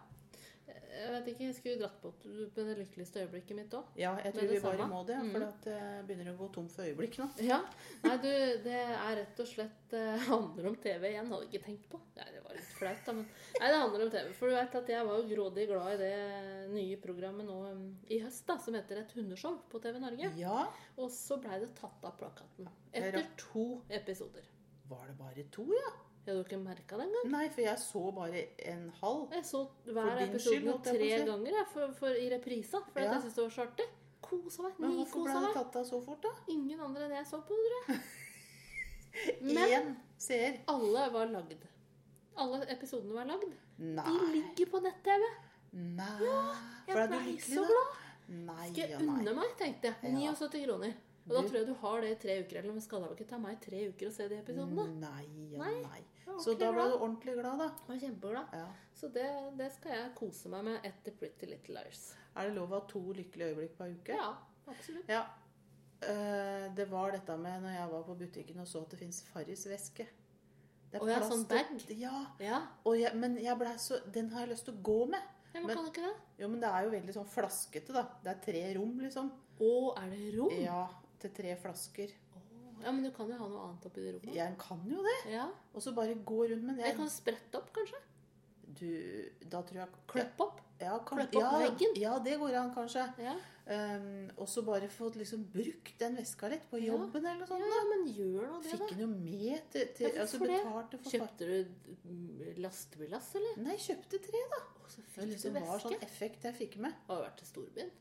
S1: Jeg vet ikke, jeg skulle dratt på på det lykkeligste øyeblikket mitt òg.
S2: Ja, jeg tror
S1: det
S2: vi bare
S1: samme.
S2: må det, for
S1: Mm.
S2: at jeg begynner å gå tom for øyeblikk nå.
S1: Ja. Nei, du, det er rett og slett eh, handler om TV igjen. Hadde ikke tenkt på. Nei, det var litt flaut, da, men Nei, det handler om TV. For du vet at jeg var jo grådig glad i det nye programmet nå eh, i høst, da, som heter Et hundeshow på TV Norge.
S2: Ja,
S1: Og så blei det tatt av plakaten.
S2: jeg
S1: Etter
S2: rakk to.
S1: to episoder.
S2: Var det bare to, ja?
S1: Hadde du ikke merka det engang?
S2: Nei, for jeg så bare en halv.
S1: Jeg så
S2: For
S1: hver
S2: din skyld,
S1: episode
S2: holdt jeg på å
S1: tre
S2: si.
S1: ganger jeg, for, for, i reprisa. For
S2: Ja.
S1: at jeg syntes det var så artig. Kosa meg.
S2: Men hvorfor ble
S1: Nikosa
S2: det
S1: meg.
S2: tatt av så fort, da?
S1: Ingen andre enn jeg så på, tror
S2: [LAUGHS]
S1: jeg. Men
S2: Én seer.
S1: alle var lagd. Alle episodene var lagd. De
S2: Nei.
S1: ligger på nett-TV.
S2: Nei. For
S1: Jeg
S2: er du
S1: blei
S2: lykkelig,
S1: så
S2: da?
S1: glad.
S2: Nei
S1: Skal jeg
S2: og nei.
S1: unne meg, tenkte jeg.
S2: Ja.
S1: 79 kroner. Og da
S2: Du-
S1: tror jeg du har det i tre uker. Eller men skal det jo ikke ta meg tre uker å se de episodene?
S2: Nei og
S1: sånn, Nei.
S2: nei.
S1: Jeg var
S2: Mm. Så
S1: ordentlig
S2: da ble
S1: glad.
S2: du ordentlig glad, da?
S1: Jeg var kjempeglad.
S2: Ja.
S1: Så det, det skal jeg kose meg med etter Pretty Little Liars.
S2: Er det lov å ha to lykkelige øyeblikk på ei uke?
S1: Ja, absolutt.
S2: Ja. Eh, det var dette med når jeg var på butikken og så at det fins Farris-væske. Det
S1: Å ja,
S2: plass
S1: sånn
S2: til-
S1: bag?
S2: Ja.
S1: Ja,
S2: Og jeg, men jeg ble så, den har jeg lyst til å gå med.
S1: ja men
S2: Men-
S1: kan du ikke det?
S2: Jo, men det er jo veldig sånn flaskete, da. Det er tre rom, liksom.
S1: Å, er det rom? Ja.
S2: Ja, til tre flasker.
S1: ja, men du kan jo ha noe annet oppi det rommet.
S2: Jeg kan jo det.
S1: Ja.
S2: Og så bare gå rundt med
S1: Jeg
S2: den.
S1: kan sprette opp, kanskje.
S2: Du, da tror jeg
S1: Kløppe opp.
S2: Ja, kan,
S1: kløpp opp
S2: ja,
S1: veggen.
S2: ja, det går an, kanskje.
S1: Ja.
S2: Um, og så bare få liksom brukt den veska litt på
S1: Ja.
S2: jobben eller noe sånt.
S1: ja, men gjør nå det,
S2: Fikk
S1: da.
S2: den jo med til, til
S1: Ja, hvorfor
S2: altså
S1: det?
S2: betalte for far-
S1: Kjøpte du mm, lastebillass, eller?
S2: Nei, kjøpte tre, da.
S1: Å, så
S2: Det
S1: fikk du
S2: liksom var
S1: veske.
S2: sånn effekt jeg fikk med.
S1: Har du vært til storbyen?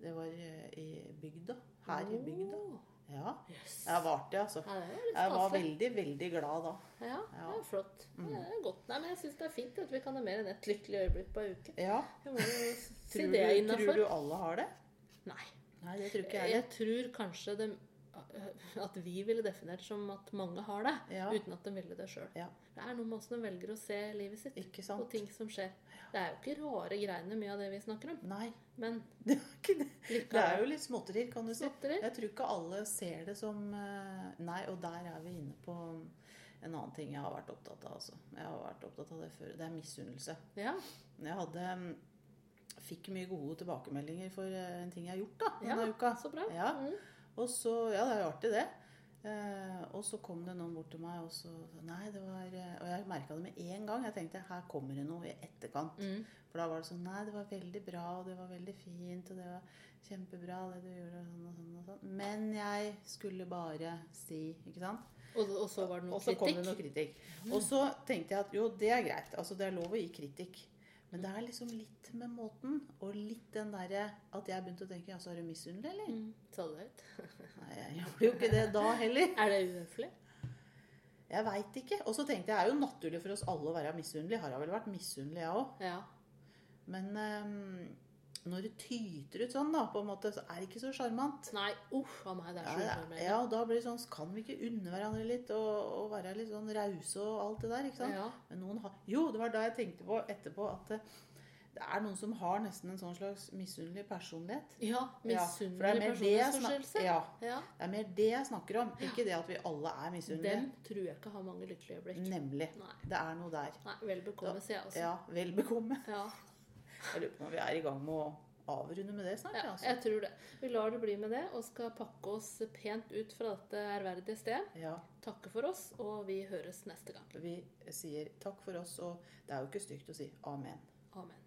S2: Det var eh, i bygda. Her i bygda.
S1: Åh,
S2: Ja.
S1: Yes.
S2: Jeg var det, altså.
S1: Ja, det var litt
S2: Jeg var
S1: staselig.
S2: veldig, veldig glad da.
S1: Ja, det
S2: Ja. Mm.
S1: er flott. Det er godt. Nei, men jeg syns det er fint at vi kan ha mer enn ett lykkelig øyeblikk på ei uke.
S2: Ja.
S1: Jeg
S2: [LAUGHS]
S1: må jo si
S2: Tror
S1: det er
S2: du, tror
S1: innafor.
S2: du alle har det?
S1: Nei.
S2: Nei, det tror
S1: Jeg tror kanskje det, at vi ville definert som at mange har det,
S2: Ja.
S1: uten at de ville det sjøl.
S2: Ja.
S1: Det er noe med åssen de velger å se livet sitt
S2: Ikke
S1: og
S2: sant?
S1: ting som skjer. Det er jo ikke rare greiene mye av det vi snakker om,
S2: Nei. [LAUGHS]
S1: men
S2: Det er ikke det. Det er
S1: likevel
S2: jo litt småtterier, kan du si.
S1: småtteri.
S2: Jeg tror ikke alle ser det som eh, Nei, og der er vi inne på en annen ting jeg har vært opptatt av. Altså. Jeg har vært opptatt av det før. Det er misunnelse.
S1: Ja.
S2: Jeg hadde, mm, fikk mye gode tilbakemeldinger for eh, en ting jeg har gjort da,
S1: ja,
S2: denne uka.
S1: så bra.
S2: Ja.
S1: Mm.
S2: Og så, ja, det er jo artig, det. Eh, og så kom det noen bort til meg, og så Nei, det var eh, Og jeg merka det med en gang. Jeg tenkte her kommer det noe i etterkant.
S1: Mm.
S2: For da var det sånn Nei, det var veldig bra, og det var veldig fint, og det var kjempebra, det du gjorde, og sånn og sånn. og sånn. Men jeg skulle bare si Ikke sant?
S1: Og, og så var det noe
S2: Og så kom det
S1: kritikk.
S2: noe kritikk. Og så tenkte jeg at jo, det er greit. Altså, det er lov å gi kritikk. Men det er liksom litt med måten, og litt den derre at jeg begynte å tenke Ja, så er du misunnelig, eller?
S1: Mm. Sa du det høyt?
S2: Nei, jeg gjorde jo ikke det da heller.
S1: Er det uhøflig?
S2: Jeg veit ikke. Og så tenkte jeg det er jo naturlig for oss alle å være misunnelige. Har jeg vel vært misunnelig, jeg òg.
S1: Ja.
S2: Men ehm, når det tyter ut sånn, da, på en måte, så er det ikke så sjarmant.
S1: Nei, uff a meg, det er
S2: Ja,
S1: så
S2: det-
S1: uhøflig.
S2: ja, og da blir det sånn Kan vi ikke unne hverandre litt og, og være litt sånn rause og alt det der? ikke sant?
S1: Ja.
S2: Men noen har Jo, det var da jeg tenkte på etterpå at det, det er noen som har nesten en sånn slags misunnelig personlighet.
S1: ja.
S2: Ja, for det er
S1: Misunnelig
S2: mer det jeg snak-
S1: personlighetsforstyrrelse.
S2: Ja.
S1: Ja.
S2: Det er mer det jeg snakker om. Ikke det at vi alle er misunnelige.
S1: Dem tror jeg ikke har mange lykkelige øyeblikk.
S2: Nemlig.
S1: Nei.
S2: Det er noe der.
S1: Nei, Vel bekomme, sier jeg også.
S2: Ja, Altså, [LAUGHS] vel bekomme.
S1: Ja.
S2: Jeg lurer på om vi er i gang med å avrunde med det snart.
S1: Ja,
S2: altså.
S1: jeg tror det. Vi lar det bli med det, og skal pakke oss pent ut fra dette ærverdige sted.
S2: ja,
S1: Takke for oss, og vi høres neste gang.
S2: vi sier takk for oss, og det er jo ikke stygt å si amen.
S1: Amen.